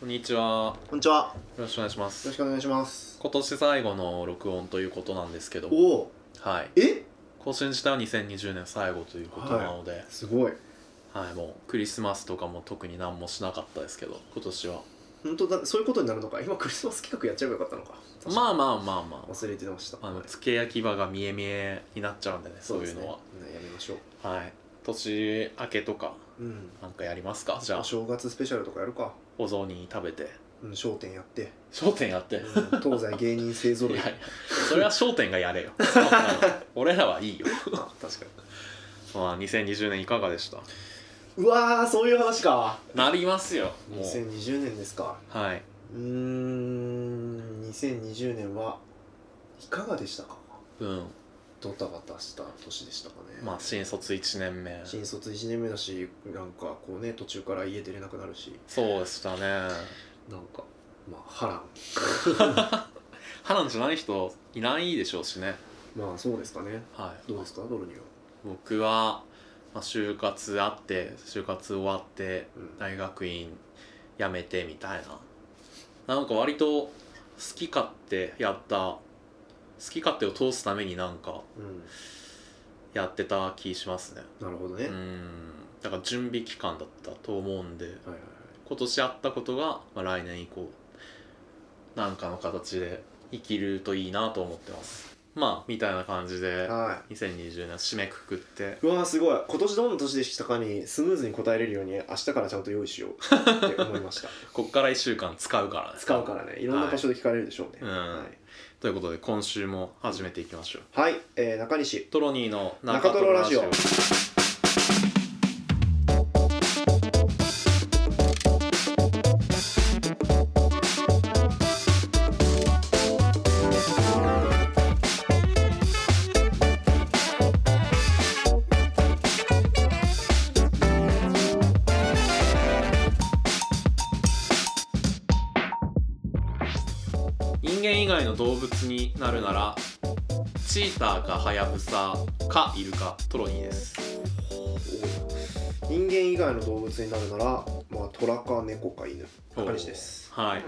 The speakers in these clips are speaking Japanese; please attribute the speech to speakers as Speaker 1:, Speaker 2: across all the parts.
Speaker 1: こんにちは。よ
Speaker 2: こんにちは。よ
Speaker 1: ろしくお願いしま
Speaker 2: ろ
Speaker 1: す
Speaker 2: し。くお願いします。
Speaker 1: 今年最後の録音ということなんですけど、
Speaker 2: おお。
Speaker 1: はい。
Speaker 2: え？
Speaker 1: 更新した2020年最後ということなので、はい、
Speaker 2: すごい。
Speaker 1: もうクリスマスとかも特に何もしなかったですけど、今年は。
Speaker 2: 本当だ。そういうことになるのか。今クリスマス企画やっちゃえばよかったのか。
Speaker 1: まあまあまあま
Speaker 2: あ忘れてました。
Speaker 1: あ、あの、
Speaker 2: はい
Speaker 1: 付け焼き場が見え見えになっちゃうんでね、そういうのは。
Speaker 2: ですねやめましょう。
Speaker 1: はい。年明けとか、
Speaker 2: うん。
Speaker 1: なんかやりますかじゃ
Speaker 2: お
Speaker 1: あ、
Speaker 2: 正月スペシャルとかやるか。
Speaker 1: お雑煮食べて。
Speaker 2: うん。商店やって。
Speaker 1: 商店やって。
Speaker 2: うん東西芸人勢ぞ
Speaker 1: い
Speaker 2: ろ い。
Speaker 1: やい
Speaker 2: あ
Speaker 1: やそれは商店がや れよ俺らはいいよ、
Speaker 2: 確か
Speaker 1: まあ、2020年いかがでした
Speaker 2: に。うわーそういう話か。
Speaker 1: なりますよもう
Speaker 2: 2020年ですか。
Speaker 1: はいう
Speaker 2: ーん。2020年はいかがでしたか。
Speaker 1: うん
Speaker 2: ドタバタした年でしたかね。
Speaker 1: まあ新卒1年目
Speaker 2: 新卒1年目だしなんかこうね途中から家出れなくなるし
Speaker 1: そうでしたね
Speaker 2: なんかまあ波乱
Speaker 1: 波乱じゃない人いないでしょうしね
Speaker 2: まあそうですかね
Speaker 1: はい
Speaker 2: どうですかドルには
Speaker 1: 僕は、まあ、就活あって就活終わって
Speaker 2: うん
Speaker 1: 大学院辞めてみたいななんか割と好き勝手やった好き勝手を通すためになんか
Speaker 2: うん
Speaker 1: やってた気しますね
Speaker 2: なるほどね、
Speaker 1: う
Speaker 2: はい
Speaker 1: んだから準備期間だったと思うんで
Speaker 2: はいはい
Speaker 1: 今年あったことが、まあ、来年以降なんかの形で生きるといいなと思ってますまあみたいな感じで
Speaker 2: は
Speaker 1: 2020年締めくくって
Speaker 2: いうわーすごい今年どんな年でしたかにスムーズに答えれるように明日からちゃんと用意しようって思いま した
Speaker 1: こっから1週間使うからね
Speaker 2: 使うからねいろんな場所で聞かれるでしょうね
Speaker 1: うん
Speaker 2: はい、
Speaker 1: ということで今週も始めていきましょう
Speaker 2: はいえー中西
Speaker 1: トロニーの
Speaker 2: 中トロラジオ
Speaker 1: 人間以外の動物になるならチーターかハヤブサかイルカトロニーです
Speaker 2: 人間以外の動物になるならまあ虎か猫か犬中西です
Speaker 1: はい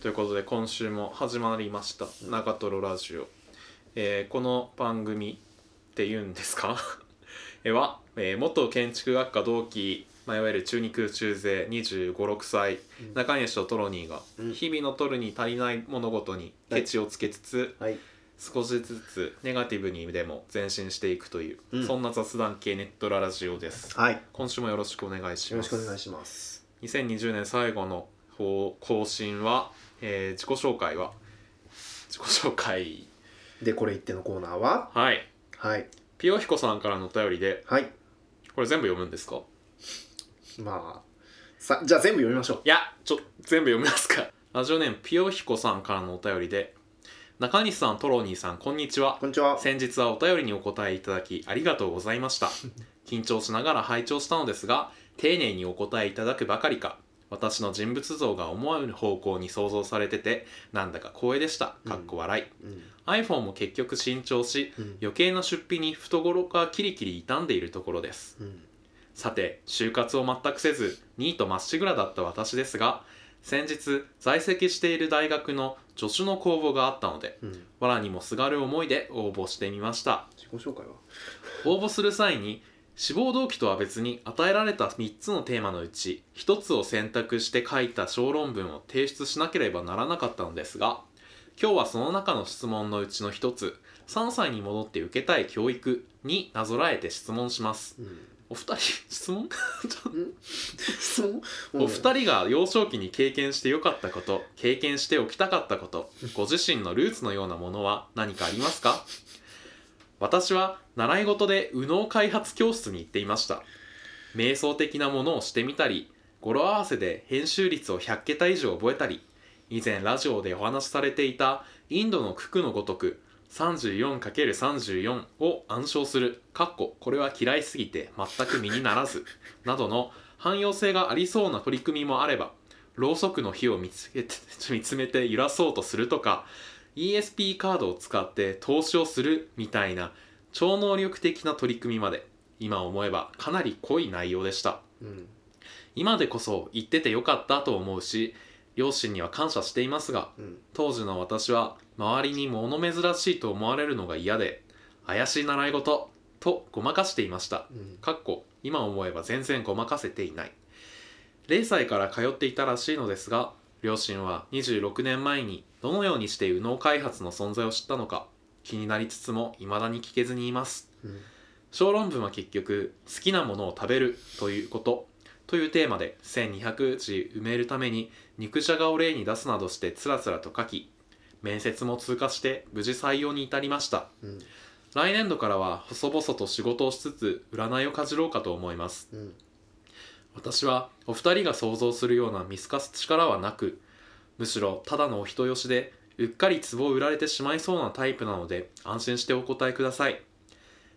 Speaker 1: ということで今週も始まりました「中トロラジオ」えーこの番組って言うんですか えーは、えー元建築学科同期、まあ、いわゆる中肉中背2 5 6歳
Speaker 2: うん
Speaker 1: 中西とトロニーが
Speaker 2: うん
Speaker 1: 日々の取るに足りない物事にケチをつけつつ、
Speaker 2: はい
Speaker 1: 少しずつネガティブにでも前進していくという、
Speaker 2: うん
Speaker 1: そんな雑談系ネットララジオです
Speaker 2: はい
Speaker 1: 今週もよろしくお願いし
Speaker 2: よ
Speaker 1: ま
Speaker 2: ろし
Speaker 1: す
Speaker 2: くお願いします
Speaker 1: 2020年最後の方更新は、えー自己紹介は自己紹介
Speaker 2: でこれ言ってのコーナーは
Speaker 1: はい
Speaker 2: はい
Speaker 1: ピヨヒコさんからのお便りで
Speaker 2: はい
Speaker 1: これ全部読むんですか
Speaker 2: まあさじゃあ全部読みましょ
Speaker 1: いやちょ全部読みますかラジオネームピヨヒコさんからのお便りで中西さんトロニーさんこんにちは
Speaker 2: うこんにちは
Speaker 1: 先日はお便りにお答えいただきありがとうございました緊張しながら拝聴したのですが丁寧にお答えいただくばかりか私の人物像が思わぬ方向に想像されててなんだか光栄でした
Speaker 2: うん
Speaker 1: かっこ笑い、
Speaker 2: うん、
Speaker 1: iPhone も結局新調し
Speaker 2: うん
Speaker 1: 余計な出費に懐がキリキリ傷んでいるところです
Speaker 2: うん、
Speaker 1: さて就活を全くせずニートまっしぐらだった私ですが先日在籍している大学の助手の公募があったので
Speaker 2: うん、自
Speaker 1: わらにもすがる思いで応募してみました
Speaker 2: 己紹介は
Speaker 1: 応募する際に志望動機とは別に与えられた3つのテーマのうち1つを選択して書いた小論文を提出しなければならなかったのですが今日はその中の質問のうちの1つ3歳に戻って受けたい教育になぞらえて質問します
Speaker 2: うん
Speaker 1: お二人質問
Speaker 2: 質問
Speaker 1: お二人が幼少期に経験してよかったこと経験しておきたかったことご自身のルーツのようなものは何かありますか私は習い事で右脳開発教室に行っていました瞑想的なものをしてみたり語呂合わせで編集率を100桁以上覚えたり以前ラジオでお話しされていたインドの九九のごとく 34×34 を暗唱するかっここれは嫌いすぎて全く身にならずなどの汎用性がありそうな取り組みもあればろうそくの火を見つけて 見つめて揺らそうとするとか ESP カードを使って投資をするみたいな超能力的な取り組みまで今思えばかなり濃い内容でした
Speaker 2: うん
Speaker 1: 今でこそ行っててよかったと思うし両親には感謝していますが
Speaker 2: うん
Speaker 1: 当時の私は周りに物珍しいと思われるのが嫌で怪しい習い事とごまかしていました
Speaker 2: うん
Speaker 1: かっこ今思えば全然ごまかせていない0歳から通っていたらしいのですが両親は26年前にどのようにして右脳開発の存在を知ったのか気になりつつも未だに聞けずにいます
Speaker 2: うん
Speaker 1: 小論文は結局好きなものを食べるということというテーマで1200字埋めるために肉じゃがを例に出すなどしてつらつらと書き面接も通過して無事採用に至りました
Speaker 2: うん
Speaker 1: 来年度からは細々と仕事をしつつ占いをかじろうかと思います
Speaker 2: うん
Speaker 1: 私はお二人が想像するような見透かす力はなくむしろただのお人よしでうっかり壺を売られてしまいそうなタイプなので安心してお答えください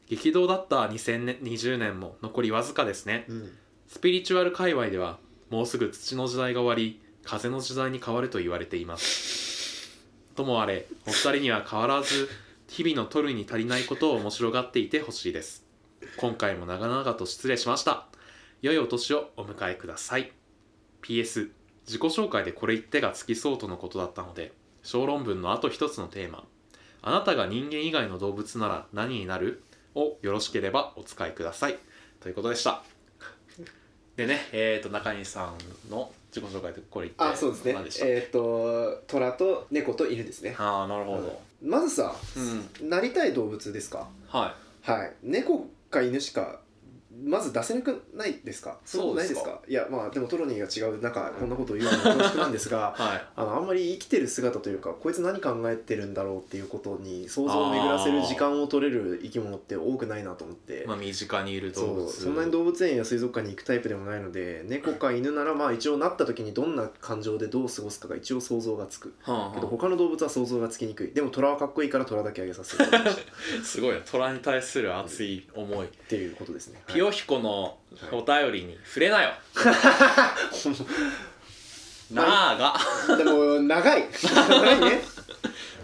Speaker 1: 激動だった2020年も残りわずかですね
Speaker 2: うん
Speaker 1: スピリチュアル界隈ではもうすぐ土の時代が終わり風の時代に変わると言われていますともあれお二人には変わらず日々の取るに足りないことを面白がっていてほしいです今回も長々と失礼しました良いお年をお迎えください PS 自己紹介でこれ一手がつきそうとのことだったので小論文のあと一つのテーマ「あなたが人間以外の動物なら何になる?」をよろしければお使いくださいということでしたでねえー、と中西さんの自己紹介でこれ一手
Speaker 2: あそうですね
Speaker 1: 何でした
Speaker 2: えーっと虎と猫と犬ですね
Speaker 1: ああなるほど、
Speaker 2: まずさ
Speaker 1: うん、
Speaker 2: なりたい動物ですか
Speaker 1: はい
Speaker 2: はい猫か犬しかまず出せなくないですか
Speaker 1: そうですか
Speaker 2: ないですかいやまあでもトロニーが違うなんかこんなこと言うのは恐縮なんですが
Speaker 1: はい
Speaker 2: あのあんまり生きてる姿というかこいつ何考えてるんだろうっていうことに想像を巡らせる時間を取れる生き物って多くないなと思って、
Speaker 1: まあ、身近にいる動
Speaker 2: そ
Speaker 1: 物
Speaker 2: うそんなに動物園や水族館に行くタイプでもないので猫か犬ならまあ一応なった時にどんな感情でどう過ごすかが一応想像がつく
Speaker 1: はあ
Speaker 2: けど
Speaker 1: は
Speaker 2: 他の動物は想像がつきにくいでも虎はかっこいいから虎だけあげさせてもら いましたっ
Speaker 1: あ、すごいね虎に対する熱い思い、
Speaker 2: ていうことですね、はい
Speaker 1: ピヨヒコのお便りに触れなよ、なあが
Speaker 2: でも長い長いね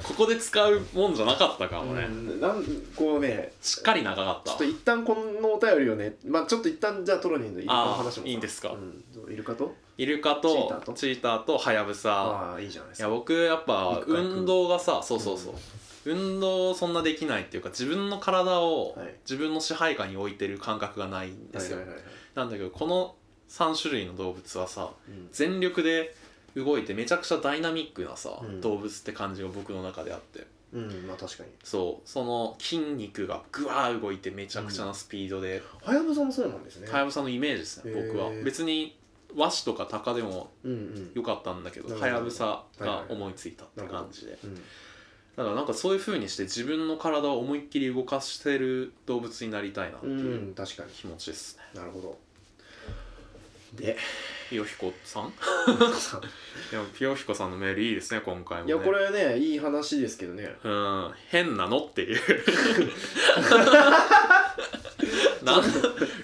Speaker 1: ここで使うもんじゃなかったかもね、
Speaker 2: うんなんこうね
Speaker 1: しっかり長かった
Speaker 2: ちょっと一旦このお便りをね、まあ、ちょっと一旦じゃあトロニーのイルカの話もさ
Speaker 1: あーいいんですか
Speaker 2: うん、イルカと
Speaker 1: イルカ
Speaker 2: チータ
Speaker 1: と
Speaker 2: ーと
Speaker 1: チーターとハヤブサ
Speaker 2: ああーいいじゃないで
Speaker 1: い
Speaker 2: す
Speaker 1: や
Speaker 2: か
Speaker 1: 僕やっぱ
Speaker 2: 陸海空
Speaker 1: 運動がさそうそうそう、運動そんなできないっていうか自分の体を
Speaker 2: はい
Speaker 1: 自分の支配下に置いてる感覚がないんですよ、
Speaker 2: はいはいはいはい
Speaker 1: なんだけどこの3種類の動物はさ
Speaker 2: うん
Speaker 1: 全力で動いてめちゃくちゃダイナミックなさ、
Speaker 2: うん
Speaker 1: 動物って感じが僕の中であって
Speaker 2: うん、まあ確かに
Speaker 1: そうその筋肉がグワー動いてめちゃくちゃなスピードで、
Speaker 2: はやぶさもそうなんですね
Speaker 1: はやぶさのイメージですね
Speaker 2: へー
Speaker 1: 僕は別に和紙とか鷹でも
Speaker 2: うんうん
Speaker 1: 良かったんだけど
Speaker 2: なるほ
Speaker 1: は
Speaker 2: ど
Speaker 1: やぶさ
Speaker 2: はい
Speaker 1: が
Speaker 2: はい
Speaker 1: 思いついたって感じで
Speaker 2: うん
Speaker 1: だからなんかそういう風にして自分の体を思いっきり動かしてる動物になりたいなって
Speaker 2: う、
Speaker 1: いうん
Speaker 2: 確かに
Speaker 1: 気持ちですね
Speaker 2: なるほどで
Speaker 1: ピヨヒコさん
Speaker 2: い
Speaker 1: でもピヨヒコさんのメールいいですね今回もね
Speaker 2: やこれねいい話ですけどね
Speaker 1: うん変なのって いうなん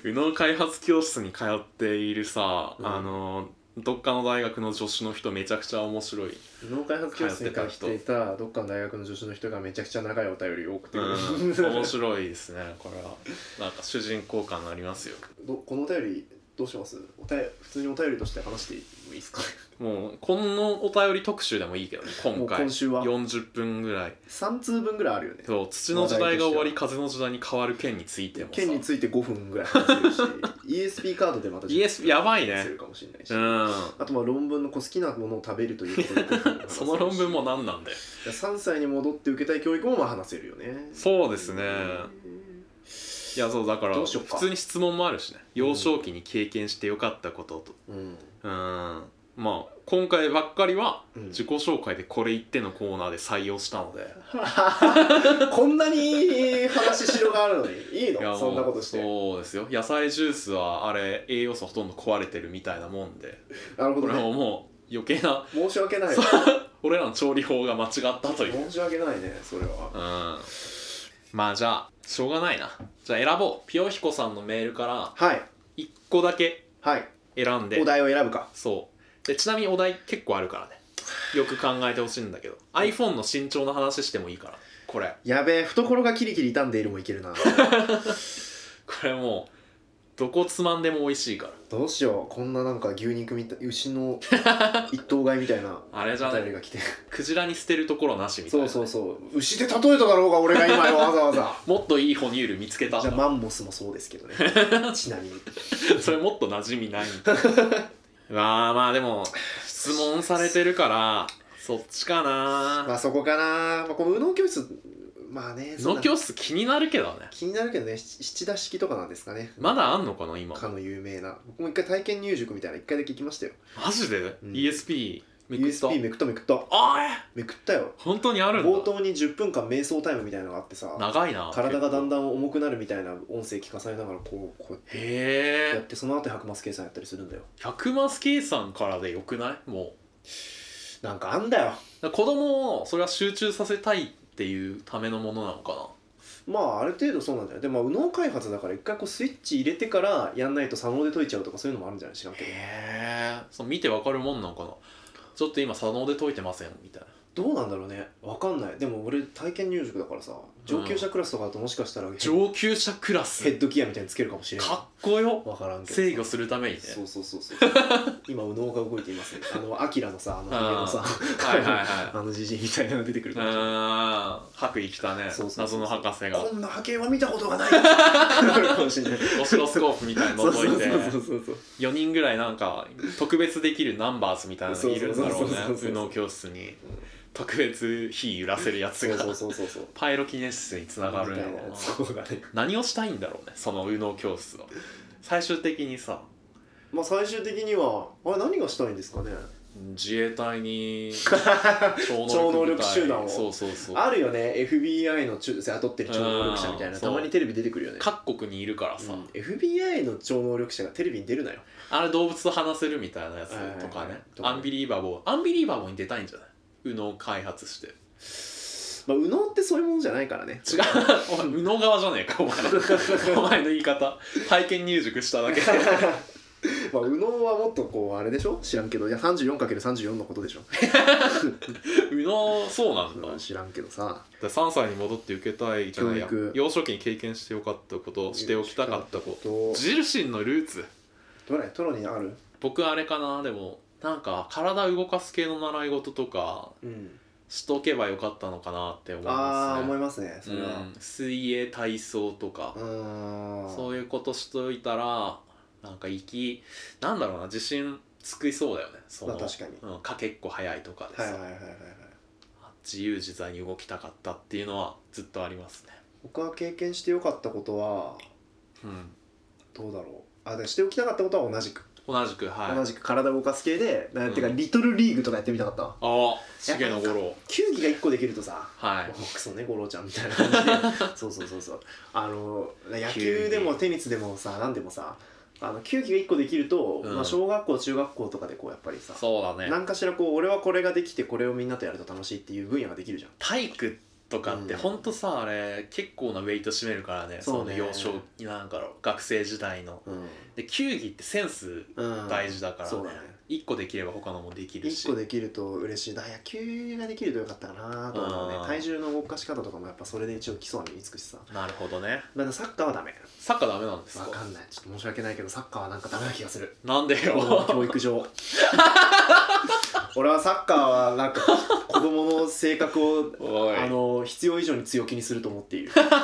Speaker 1: 右脳開発教室に通っているさ、
Speaker 2: うん
Speaker 1: あのどっかの大学の助手の人めちゃくちゃ面白い
Speaker 2: 脳開発教室に通っ
Speaker 1: 通って
Speaker 2: ていたどっかの大学の助手の人がめちゃくちゃ長いお便りを送ってく
Speaker 1: う
Speaker 2: る、
Speaker 1: ん面白いですねこれはなんか主人公感ありますよ
Speaker 2: どこのお便りどうしますおた普通にお便りとして話してもいいですか
Speaker 1: もうこのお便り特集でもいいけどね
Speaker 2: も
Speaker 1: 今
Speaker 2: う
Speaker 1: 回
Speaker 2: 今週は
Speaker 1: 40分ぐらい
Speaker 2: 3通分ぐらいあるよね
Speaker 1: そう土の時代が終わり
Speaker 2: 話題
Speaker 1: 風の時代に変わる件についてもさ
Speaker 2: 県について5分ぐらい話 してるし ESP カードでまた
Speaker 1: ES やばいね
Speaker 2: するかもしれないし、
Speaker 1: うん
Speaker 2: あとまあ論文のこう好きなものを食べるということで5分話せるし
Speaker 1: その論文も何なんだよ
Speaker 2: 3歳に戻って受けたい教育もまあ話せるよね
Speaker 1: そうですねいやそうだから
Speaker 2: ど
Speaker 1: 普
Speaker 2: うしようか
Speaker 1: 通に質問もあるしね幼少期に経験してよかったことと
Speaker 2: うん、
Speaker 1: うんまあ今回ばっかりは
Speaker 2: うん
Speaker 1: 自己紹介でこれ言ってのコーナーで採用したので
Speaker 2: こんなに話しろがあるのにいい
Speaker 1: いやも
Speaker 2: の
Speaker 1: う
Speaker 2: そんなことして
Speaker 1: そうですよ野菜ジュースはあれ栄養素ほとんど壊れてるみたいなもんで
Speaker 2: なるほ
Speaker 1: こ
Speaker 2: ど
Speaker 1: れ
Speaker 2: ね
Speaker 1: ももう余計な
Speaker 2: 申し訳ない
Speaker 1: そう俺らの調理法が間違ったといううん
Speaker 2: 申し訳ないねそれは
Speaker 1: まあじゃあしょうがないなじゃあ選ぼうピヨヒコさんのメールから
Speaker 2: はい
Speaker 1: 1個だけ
Speaker 2: はい
Speaker 1: 選んで
Speaker 2: お題を選ぶか
Speaker 1: そうでちなみにお題結構あるからねよく考えてほしいんだけど iPhone の身長の話してもいいからこれ
Speaker 2: やべえ懐がキリキリ傷んでいるもいけるな
Speaker 1: これもうどこつまんでも美味しいから
Speaker 2: どうしようこんななんか牛肉みたい牛の一頭買いみたいな
Speaker 1: あ れじゃ
Speaker 2: お
Speaker 1: な
Speaker 2: 便り
Speaker 1: い
Speaker 2: が来て
Speaker 1: クジラに捨てるところなしみたい
Speaker 2: そ
Speaker 1: な
Speaker 2: うそうそう牛で例えただろうが俺が今よわざわざ
Speaker 1: もっといい哺乳類見つけたん
Speaker 2: じゃあ
Speaker 1: だ
Speaker 2: マンモスもそうです けどねちなみに
Speaker 1: それもっと馴染みない まあまあでも質問されてるからそっちか
Speaker 2: ま
Speaker 1: な
Speaker 2: あそこかな、まあ、この右脳教室まあねそん
Speaker 1: 農
Speaker 2: な
Speaker 1: 協室気になるけどね
Speaker 2: 気になるけどね七七田式とかなんですかね
Speaker 1: まだあんのかな今
Speaker 2: かの有名な僕も一回体験入塾みたいな一回だけ行きましたよ
Speaker 1: マジで、
Speaker 2: うん
Speaker 1: ESP めくった
Speaker 2: USB めくっためくった
Speaker 1: あーえ
Speaker 2: めくったよ
Speaker 1: 本当にあるんだ
Speaker 2: 冒頭に10分間瞑想タイムみたいなのがあってさ
Speaker 1: 長いな
Speaker 2: 体がだん
Speaker 1: だん
Speaker 2: だん重くなるみたいな音声聞かされながらこうこうやっ
Speaker 1: へえ
Speaker 2: てその後白松圭さんやったりするんだよ
Speaker 1: 100マス計算からでよくないも
Speaker 2: なんかあんだよ
Speaker 1: うだから子供をそれは集中させたいっていうためのものなのか
Speaker 2: まあある程度そうなんじゃないでもまあ右脳開発だから一回こうスイッチ入れてからやんないと左脳で解いちゃうとかそういうのもあるんじゃない知らん
Speaker 1: な
Speaker 2: けど
Speaker 1: へえそう見てわかるもんなのかなちょっと今左脳で解いてませんみたいな
Speaker 2: どうなんだろうねわかんないでも俺体験入塾だからさ上級者クラスとかだともしかしたらヘッ
Speaker 1: 上級者クラス
Speaker 2: ヘッドギアみたいにつけるかもしれない
Speaker 1: かっこよ
Speaker 2: わからんけど
Speaker 1: 制御するためにね
Speaker 2: そうそうそうそう今右脳が動いていますねあのアキラのさあの
Speaker 1: あー
Speaker 2: 上のさ
Speaker 1: はいはいは い
Speaker 2: あのじじいみたいなの出てくる
Speaker 1: うーん白衣着たね
Speaker 2: そうそうそ
Speaker 1: 謎
Speaker 2: う
Speaker 1: の博士が
Speaker 2: こんな波形は見たこと がないかもしれない
Speaker 1: オシロスコープみたいな
Speaker 2: そ
Speaker 1: の
Speaker 2: うそ
Speaker 1: 覗
Speaker 2: う
Speaker 1: いて
Speaker 2: そうそうそう
Speaker 1: 4人ぐらいなんか特別できるナンバーズみたいなのいるんだろうね
Speaker 2: そうそうそうそう
Speaker 1: 右脳教室に特別火揺らせるやつ
Speaker 2: そうそ
Speaker 1: が
Speaker 2: うそうそうそう
Speaker 1: パイロキネシスにつながるんだろうな
Speaker 2: そうだね
Speaker 1: 何をしたいんだろうねその右脳教室は最終的にさ
Speaker 2: まあ最終的にはあれ何がしたいんですかね
Speaker 1: 自衛隊に超
Speaker 2: 超能力
Speaker 1: 部隊
Speaker 2: 集団を
Speaker 1: そうそうそう
Speaker 2: あるよね FBI の中雇ってる超能力者みたい
Speaker 1: うん
Speaker 2: な
Speaker 1: そう
Speaker 2: たまにテレビ出てくるよね
Speaker 1: 各国にいるからさ、
Speaker 2: うん FBI の超能力者がテレビに出るなよ
Speaker 1: あれ動物と話せるみたいなやつと
Speaker 2: は
Speaker 1: か
Speaker 2: いはいは
Speaker 1: ね
Speaker 2: い、と
Speaker 1: ア
Speaker 2: かね
Speaker 1: ンビリーバボーアンビリーバボーに出たいんじゃない右脳開発して
Speaker 2: まあ右脳ってそういうものじゃないからね
Speaker 1: 違う お前右脳側じゃねえかお 前お前の言い方体験入塾しただけ
Speaker 2: まあ右脳はもっとこうあれでしょ知らんけどいや 34×34 のことでしょ
Speaker 1: 右脳そうなんだ
Speaker 2: うん知らんけどさ
Speaker 1: で3歳に戻って受けたいじゃないや
Speaker 2: 教育
Speaker 1: 幼少期に経験してよかったことしておきたかったこと
Speaker 2: と
Speaker 1: 自身のルーツ
Speaker 2: どれトロにある
Speaker 1: 僕あれかなでもなんか体動かす系の習い事とか
Speaker 2: うん
Speaker 1: しとけばよかったのかなって思い
Speaker 2: あ
Speaker 1: ま
Speaker 2: あ
Speaker 1: す
Speaker 2: 思
Speaker 1: ね
Speaker 2: いますねそれは
Speaker 1: うん、水泳体操とか
Speaker 2: うん
Speaker 1: そういうことしといたらなんか生きなんだろうな自信つくりそうだよねそ
Speaker 2: ま
Speaker 1: の、
Speaker 2: あ確かに
Speaker 1: うん、かけっこ早いとかでさ、
Speaker 2: はいはいはいはいはい
Speaker 1: 自由自在に動きたかったっていうのはずっとありますね、
Speaker 2: 僕は経験してよかったことは
Speaker 1: うん、
Speaker 2: どうだろうあでしておきたかったことは同じく、
Speaker 1: 同じくはい
Speaker 2: 同じく体を動かす系でな
Speaker 1: うん
Speaker 2: てかリトルリーグとかやってみたかったわ
Speaker 1: ああ重野五郎
Speaker 2: 球技が1個できるとさ
Speaker 1: は
Speaker 2: も
Speaker 1: いう
Speaker 2: クソね五郎ちゃんみたいな感じで そうそうそうそうあの野球でもテニスでもさ何でもさあの球技が1個できると、
Speaker 1: うん
Speaker 2: まあ、小学校中学校とかでこうやっぱりさ
Speaker 1: そうだね
Speaker 2: 何かしらこう俺はこれができてこれをみんなとやると楽しいっていう分野ができるじゃん
Speaker 1: 体育とかって
Speaker 2: うん
Speaker 1: ほんとさ、あれ結構なウェイト占めるからね
Speaker 2: そうね
Speaker 1: の幼少なんかの学生時代の
Speaker 2: うん、
Speaker 1: で球技ってセンス
Speaker 2: うん、
Speaker 1: 大事だからね,、
Speaker 2: そうだね
Speaker 1: 1個できれば他のもできるし
Speaker 2: 1個できると嬉しいだから野球ができるとよかったかなと思うね
Speaker 1: うん
Speaker 2: 体重の動かし方とかもやっぱそれで一応基礎は身につくしさ
Speaker 1: なるほどね
Speaker 2: まだサッカーはダメ
Speaker 1: サッカーダメなんです
Speaker 2: わか
Speaker 1: か
Speaker 2: んないちょっと申し訳ないけどサッカーはなんかダメな気がす る
Speaker 1: なんで
Speaker 2: 子供
Speaker 1: よ
Speaker 2: の教育上俺はサッカーはなんか子供の性格を
Speaker 1: おい
Speaker 2: あの必要以上に強気にすると思っている サッカ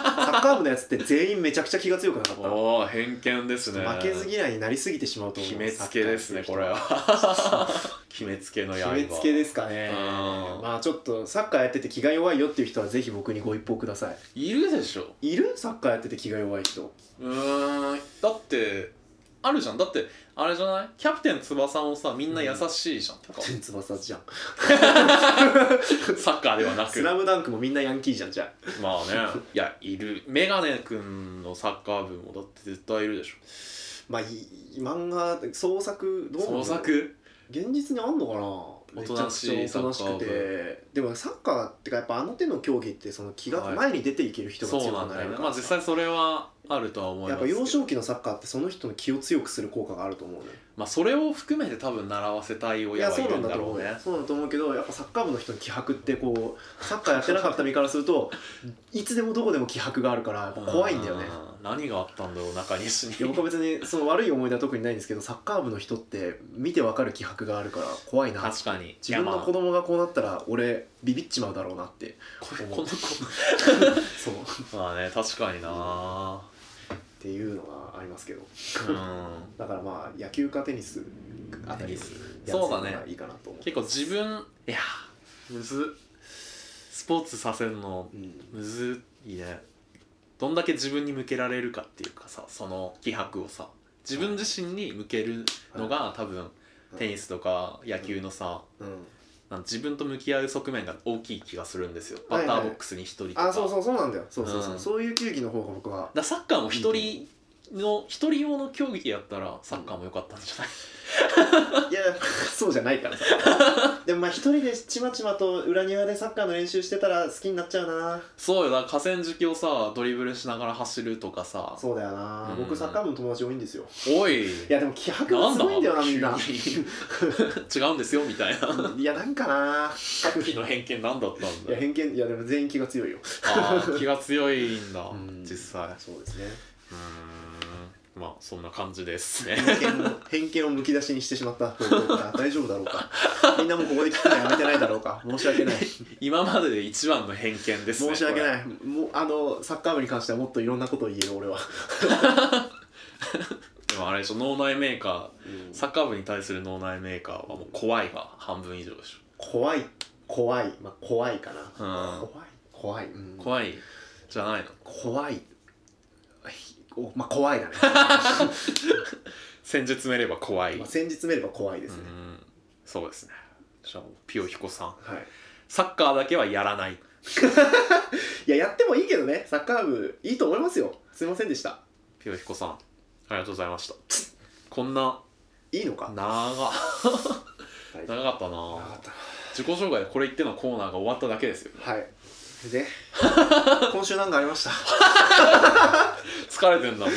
Speaker 2: ー部のやつって全員めちゃくちゃ気が強くなかった
Speaker 1: おお偏見ですね
Speaker 2: 負けず嫌いになりすぎてしまうと思う
Speaker 1: 決めつけですねこれは決めつけの
Speaker 2: 決
Speaker 1: 刃
Speaker 2: めつけですかね
Speaker 1: うん
Speaker 2: まあちょっとサッカーやってて気が弱いよっていう人はぜひ僕にご一報くださ
Speaker 1: いるでしょ
Speaker 2: いいるサッカーやってて気が弱い人
Speaker 1: うーんだってあるじゃんだってあれじゃないキャプテン翼もさみんな優しいじゃん、とか
Speaker 2: 天翼じゃん
Speaker 1: サッカーではな
Speaker 2: ス
Speaker 1: く
Speaker 2: ラムダンクもみんなヤンキーじゃんじゃあ
Speaker 1: まあ ねいやいるメガネくんのサッカー部もだって絶対いるでしょ
Speaker 2: まあいい漫画創作どうなんだろ
Speaker 1: 創
Speaker 2: う
Speaker 1: 作
Speaker 2: 現実にあんのか
Speaker 1: お
Speaker 2: めち
Speaker 1: と
Speaker 2: ゃ
Speaker 1: な
Speaker 2: く
Speaker 1: し
Speaker 2: ち
Speaker 1: い
Speaker 2: ゃおとなし
Speaker 1: サッ
Speaker 2: く
Speaker 1: カー
Speaker 2: てでもサッカーってかやっぱあの手の競技ってその気
Speaker 1: は
Speaker 2: が
Speaker 1: い
Speaker 2: 前に出ていける人が
Speaker 1: そう
Speaker 2: 強
Speaker 1: なん
Speaker 2: くな
Speaker 1: だ
Speaker 2: れ
Speaker 1: よ
Speaker 2: る
Speaker 1: ね
Speaker 2: か
Speaker 1: まあ
Speaker 2: ら
Speaker 1: 実際それはあるとは思い
Speaker 2: やっ
Speaker 1: ます
Speaker 2: ぱ
Speaker 1: けど
Speaker 2: 幼少期のサッカーってその人の気を強くする効果があると思うね
Speaker 1: まあそれを含めて多分習わせたい
Speaker 2: い
Speaker 1: 親
Speaker 2: や
Speaker 1: はい
Speaker 2: そうな
Speaker 1: る
Speaker 2: ん
Speaker 1: ん
Speaker 2: だ
Speaker 1: だ
Speaker 2: と思
Speaker 1: ろ
Speaker 2: う
Speaker 1: うね
Speaker 2: そうなんだと思うけどやっぱサッカー部の人の気迫ってこうサッカーやってなかった身からするといつでもどこでも気迫があるからやっぱ怖いんだよね
Speaker 1: うん何があったんだろう中西に
Speaker 2: いや僕は別にその悪い思い出は特にないんですけどサッカー部の人って見てわかる気迫があるから怖いな
Speaker 1: 確かに
Speaker 2: 自分の子
Speaker 1: 供
Speaker 2: 供がこうなったら俺ビビっちまうだろうなって
Speaker 1: ここの子
Speaker 2: そうっ
Speaker 1: まあね確かにな
Speaker 2: ていうのがありますけど
Speaker 1: うん
Speaker 2: だからまあ野球かテニスあたりやってみたら
Speaker 1: そうだね
Speaker 2: いいかなと思う
Speaker 1: 結構自分いやーむずっスポーツさせるの
Speaker 2: うん
Speaker 1: むずいねどんだけ自分に向けられるかっていうかさその気迫をさ自分自身に向けるのが多分テニスとか野球のさ
Speaker 2: うん
Speaker 1: なん自分と向き合う側面が大きい気がするんですよバ
Speaker 2: はいは
Speaker 1: ッ
Speaker 2: い
Speaker 1: ターボックスに一人とか
Speaker 2: あそうそうそうなんだよそうそうそう、
Speaker 1: うん
Speaker 2: そういう球技の方が僕は
Speaker 1: だからサッカーも一人の一人用の競技やったらサッカーも良かったんじゃない、
Speaker 2: いや そうじゃないからさ でもまあ一人でちまちまと裏庭でサッカーの練習してたら好きになっちゃうな
Speaker 1: そうよだから河川敷をさドリブルしながら走るとかさ
Speaker 2: そうだよな、
Speaker 1: うん
Speaker 2: 僕サッカー部の友達多いんですよ
Speaker 1: おい
Speaker 2: いやでも気迫がすごいんだよな
Speaker 1: なんだ
Speaker 2: みんな
Speaker 1: 違うんですよみたいな
Speaker 2: いやなんか な
Speaker 1: さっきの偏見何だったん
Speaker 2: いや
Speaker 1: だよ
Speaker 2: 偏見いやでも全員気が強いよ
Speaker 1: あー気が強いんだ
Speaker 2: うん
Speaker 1: 実際う
Speaker 2: そうですね
Speaker 1: ーんまあそんな感じですね
Speaker 2: 偏見を偏見をむき出しにしてしまったと思うから大丈夫だろうかみんなもうここで聞くのやめてないだろうか申し 訳ない
Speaker 1: 今までで一番の偏見ですね
Speaker 2: 申し訳
Speaker 1: い
Speaker 2: ないもうあのサッカー部に関してはもっといろんなことを言える俺は、
Speaker 1: でもあれでしょ脳内メーカー
Speaker 2: さ
Speaker 1: サッカー部に対する脳内メーカーはもう怖いが半分以上でし
Speaker 2: 怖い怖い、まあ、怖いかな、
Speaker 1: うん
Speaker 2: 怖い怖い、うん
Speaker 1: ょ怖いじゃないの
Speaker 2: 怖いおまあ 怖いだね
Speaker 1: 先日めれば怖い、
Speaker 2: まあ先日見れば怖いで
Speaker 1: う
Speaker 2: すね、
Speaker 1: んそうですねじゃあピオヒコさん
Speaker 2: はい
Speaker 1: サッカーだけはやらない
Speaker 2: いややってもいいけどねサッカー部いいと思いますよすいませんでした
Speaker 1: ピオヒコさんありがとうございましたこんない
Speaker 2: いのか
Speaker 1: 長
Speaker 2: はい
Speaker 1: 長かった
Speaker 2: なか
Speaker 1: な
Speaker 2: った
Speaker 1: 自己紹介でこれ言ってのコーナーが終わっただけですよ
Speaker 2: はい。で、 今週なんかありました。
Speaker 1: 疲れてんだもう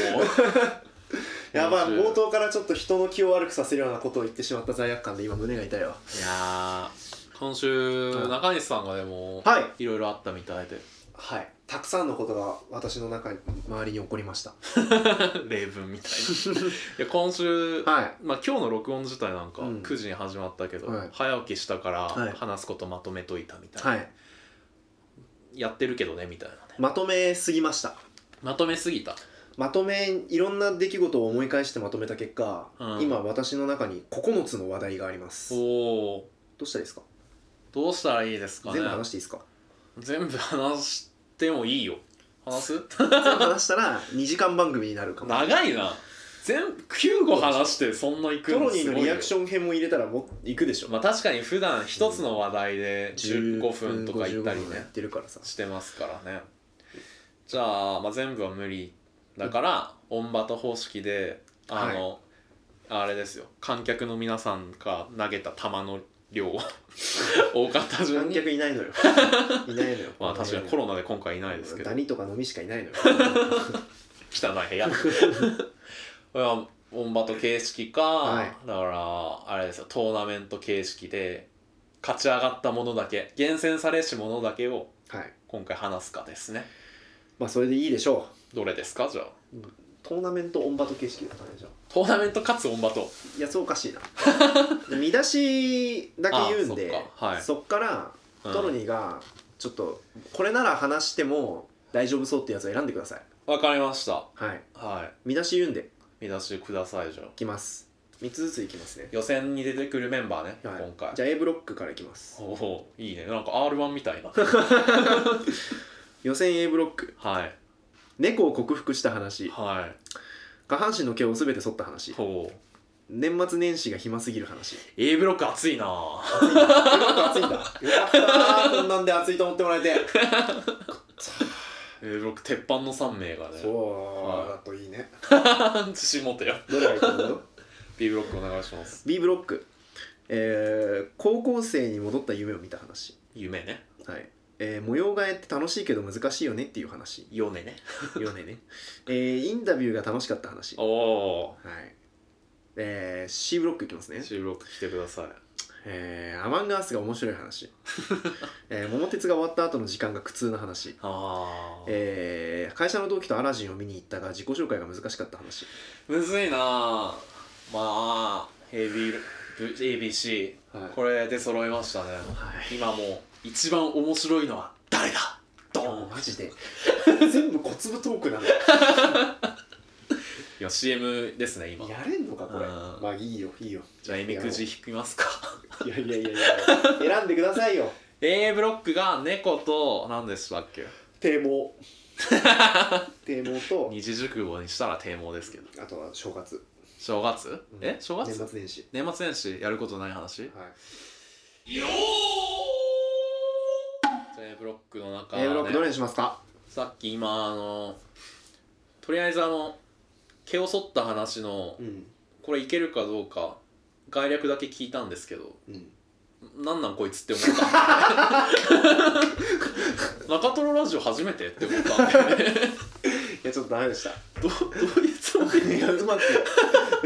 Speaker 2: やばい、
Speaker 1: 今週
Speaker 2: 冒頭からちょっと人の気を悪くさせるようなことを言ってしまった罪悪感で今胸が痛いわ。
Speaker 1: いやー今週
Speaker 2: うん
Speaker 1: 中西さんがでも
Speaker 2: はい。
Speaker 1: いろいろあったみたいで
Speaker 2: はい。たくさんのことが私の中に、周りに起こりました。
Speaker 1: 例文みたい ないや今週
Speaker 2: はい。
Speaker 1: まあ、今日の録音自体なんか
Speaker 2: うん
Speaker 1: 9時に始まったけど、
Speaker 2: はい
Speaker 1: 早起きしたから
Speaker 2: はい
Speaker 1: 話すことまとめといたみたいな、
Speaker 2: はい。
Speaker 1: やってるけどねみたいなね
Speaker 2: まとめすぎました。
Speaker 1: まとめすぎた
Speaker 2: まとめ、いろんな出来事を思い返してまとめた結果、
Speaker 1: うん
Speaker 2: 今私の中に9つの話題があります。
Speaker 1: お
Speaker 2: ど
Speaker 1: お
Speaker 2: うしたらいいですか
Speaker 1: どうしたらいいですかね
Speaker 2: 全部話していいですか
Speaker 1: 全部話してもいいよ話 す
Speaker 2: 全部話したら2時間番組になるか も。
Speaker 1: 長いな全部9個話してそんな行く
Speaker 2: ト
Speaker 1: の
Speaker 2: ロニ
Speaker 1: す
Speaker 2: ー
Speaker 1: ご
Speaker 2: の
Speaker 1: いよ
Speaker 2: リアクション編も入れたらもういくでしょ。
Speaker 1: まあ確かに普段一つの話題で15分とか行ったり
Speaker 2: 15分やっ
Speaker 1: ね
Speaker 2: てるからさ
Speaker 1: してますからねじゃあ,、まあ全部は無理だから、オンバト方式であの、あれですよ観客の皆さんが投げた球の量を 多かった順
Speaker 2: 観
Speaker 1: に
Speaker 2: 客 いないのよいないのよ
Speaker 1: まあ確かにコロナで今回いないですけど
Speaker 2: ダニとか飲みしかいないのよ
Speaker 1: 汚い部屋 いやオンバト形式か、
Speaker 2: はい
Speaker 1: だからあれですよトーナメント形式で勝ち上がったものだけ厳選されしものだけを
Speaker 2: はい
Speaker 1: 今回話すかですね
Speaker 2: まあそれでいいでしょ
Speaker 1: どれですかじゃあ
Speaker 2: うトーナメントオンバト形式だったねじゃあ
Speaker 1: トーナメントかつオンバト
Speaker 2: いやそうおか しいな見出しだけ言うんで
Speaker 1: あそっかはい
Speaker 2: そっから
Speaker 1: うん
Speaker 2: トロニーがちょっとこれなら話しても大丈夫そうってやつを選んでください
Speaker 1: わかりました
Speaker 2: はい
Speaker 1: はい
Speaker 2: 見出し言うんで
Speaker 1: 見出しくださいじゃあ
Speaker 2: いきます3つずついきますね、
Speaker 1: 予選に出てくるメンバーね、
Speaker 2: はい、
Speaker 1: 今回
Speaker 2: じゃあ A ブロックからいきます
Speaker 1: おおいいねなんか R1 みた いな
Speaker 2: 予選 A ブロック
Speaker 1: はい
Speaker 2: 猫を克服した話
Speaker 1: は
Speaker 2: 下半身の毛を全て剃った話
Speaker 1: いほう
Speaker 2: 年末年始が暇すぎる 話
Speaker 1: A ブロック熱いな
Speaker 2: 暑いんだよかったなこんなんで暑いと思ってもらえて
Speaker 1: A ブロック鉄板の3名がね
Speaker 2: そうだといいね
Speaker 1: 自信持てよ
Speaker 2: どれがいいと思う
Speaker 1: B ブロックお願いします
Speaker 2: B ブロックえー高校生に戻った夢を見た話、
Speaker 1: 夢ね
Speaker 2: はいえー模様替えって楽しいけど難しいよねっていう話
Speaker 1: 嫁ね
Speaker 2: よねね、 えーインタビューが楽しかった話、は
Speaker 1: おお
Speaker 2: いえー C ブロックいきますね、
Speaker 1: 収録来てください
Speaker 2: えーアマンガースが面白い 話、えー桃鉄が終わった後の時間が苦痛な話
Speaker 1: あー
Speaker 2: えー会社の同期とアラジンを見に行ったが自己紹介が難しかった話
Speaker 1: むずいなあまあ AB ABC
Speaker 2: はい、
Speaker 1: これで揃いましたね
Speaker 2: はい、
Speaker 1: 今もう一番面白いのは誰だドーン
Speaker 2: マジで 全部小粒トークなんだ
Speaker 1: いや CM ですね今
Speaker 2: やれんのかこれ
Speaker 1: うん
Speaker 2: まあいいよいいよ
Speaker 1: じゃあえみくじ引きます か
Speaker 2: いやいやいやいや 選んでくださいよ
Speaker 1: A ブロックが猫と何でしたっけ
Speaker 2: 堤 防堤防と
Speaker 1: 二字熟語にしたら堤防ですけど
Speaker 2: あとは正月、
Speaker 1: 正月、
Speaker 2: うん
Speaker 1: え正月
Speaker 2: 年末年始
Speaker 1: 年末年始やることない話
Speaker 2: はい
Speaker 1: よじゃあ A ブロックの中、ね、
Speaker 2: A ブロックどれにしますか
Speaker 1: さっき今あのとりあえずあの毛を剃った話の
Speaker 2: うん
Speaker 1: これいけるかどうか概略だけ聞いたんですけど
Speaker 2: うん
Speaker 1: なんなんこいつって思った んで中トロラジオ初めてって思ったんで
Speaker 2: いやちょっとダメでした
Speaker 1: どうどういうつもり
Speaker 2: いやうまく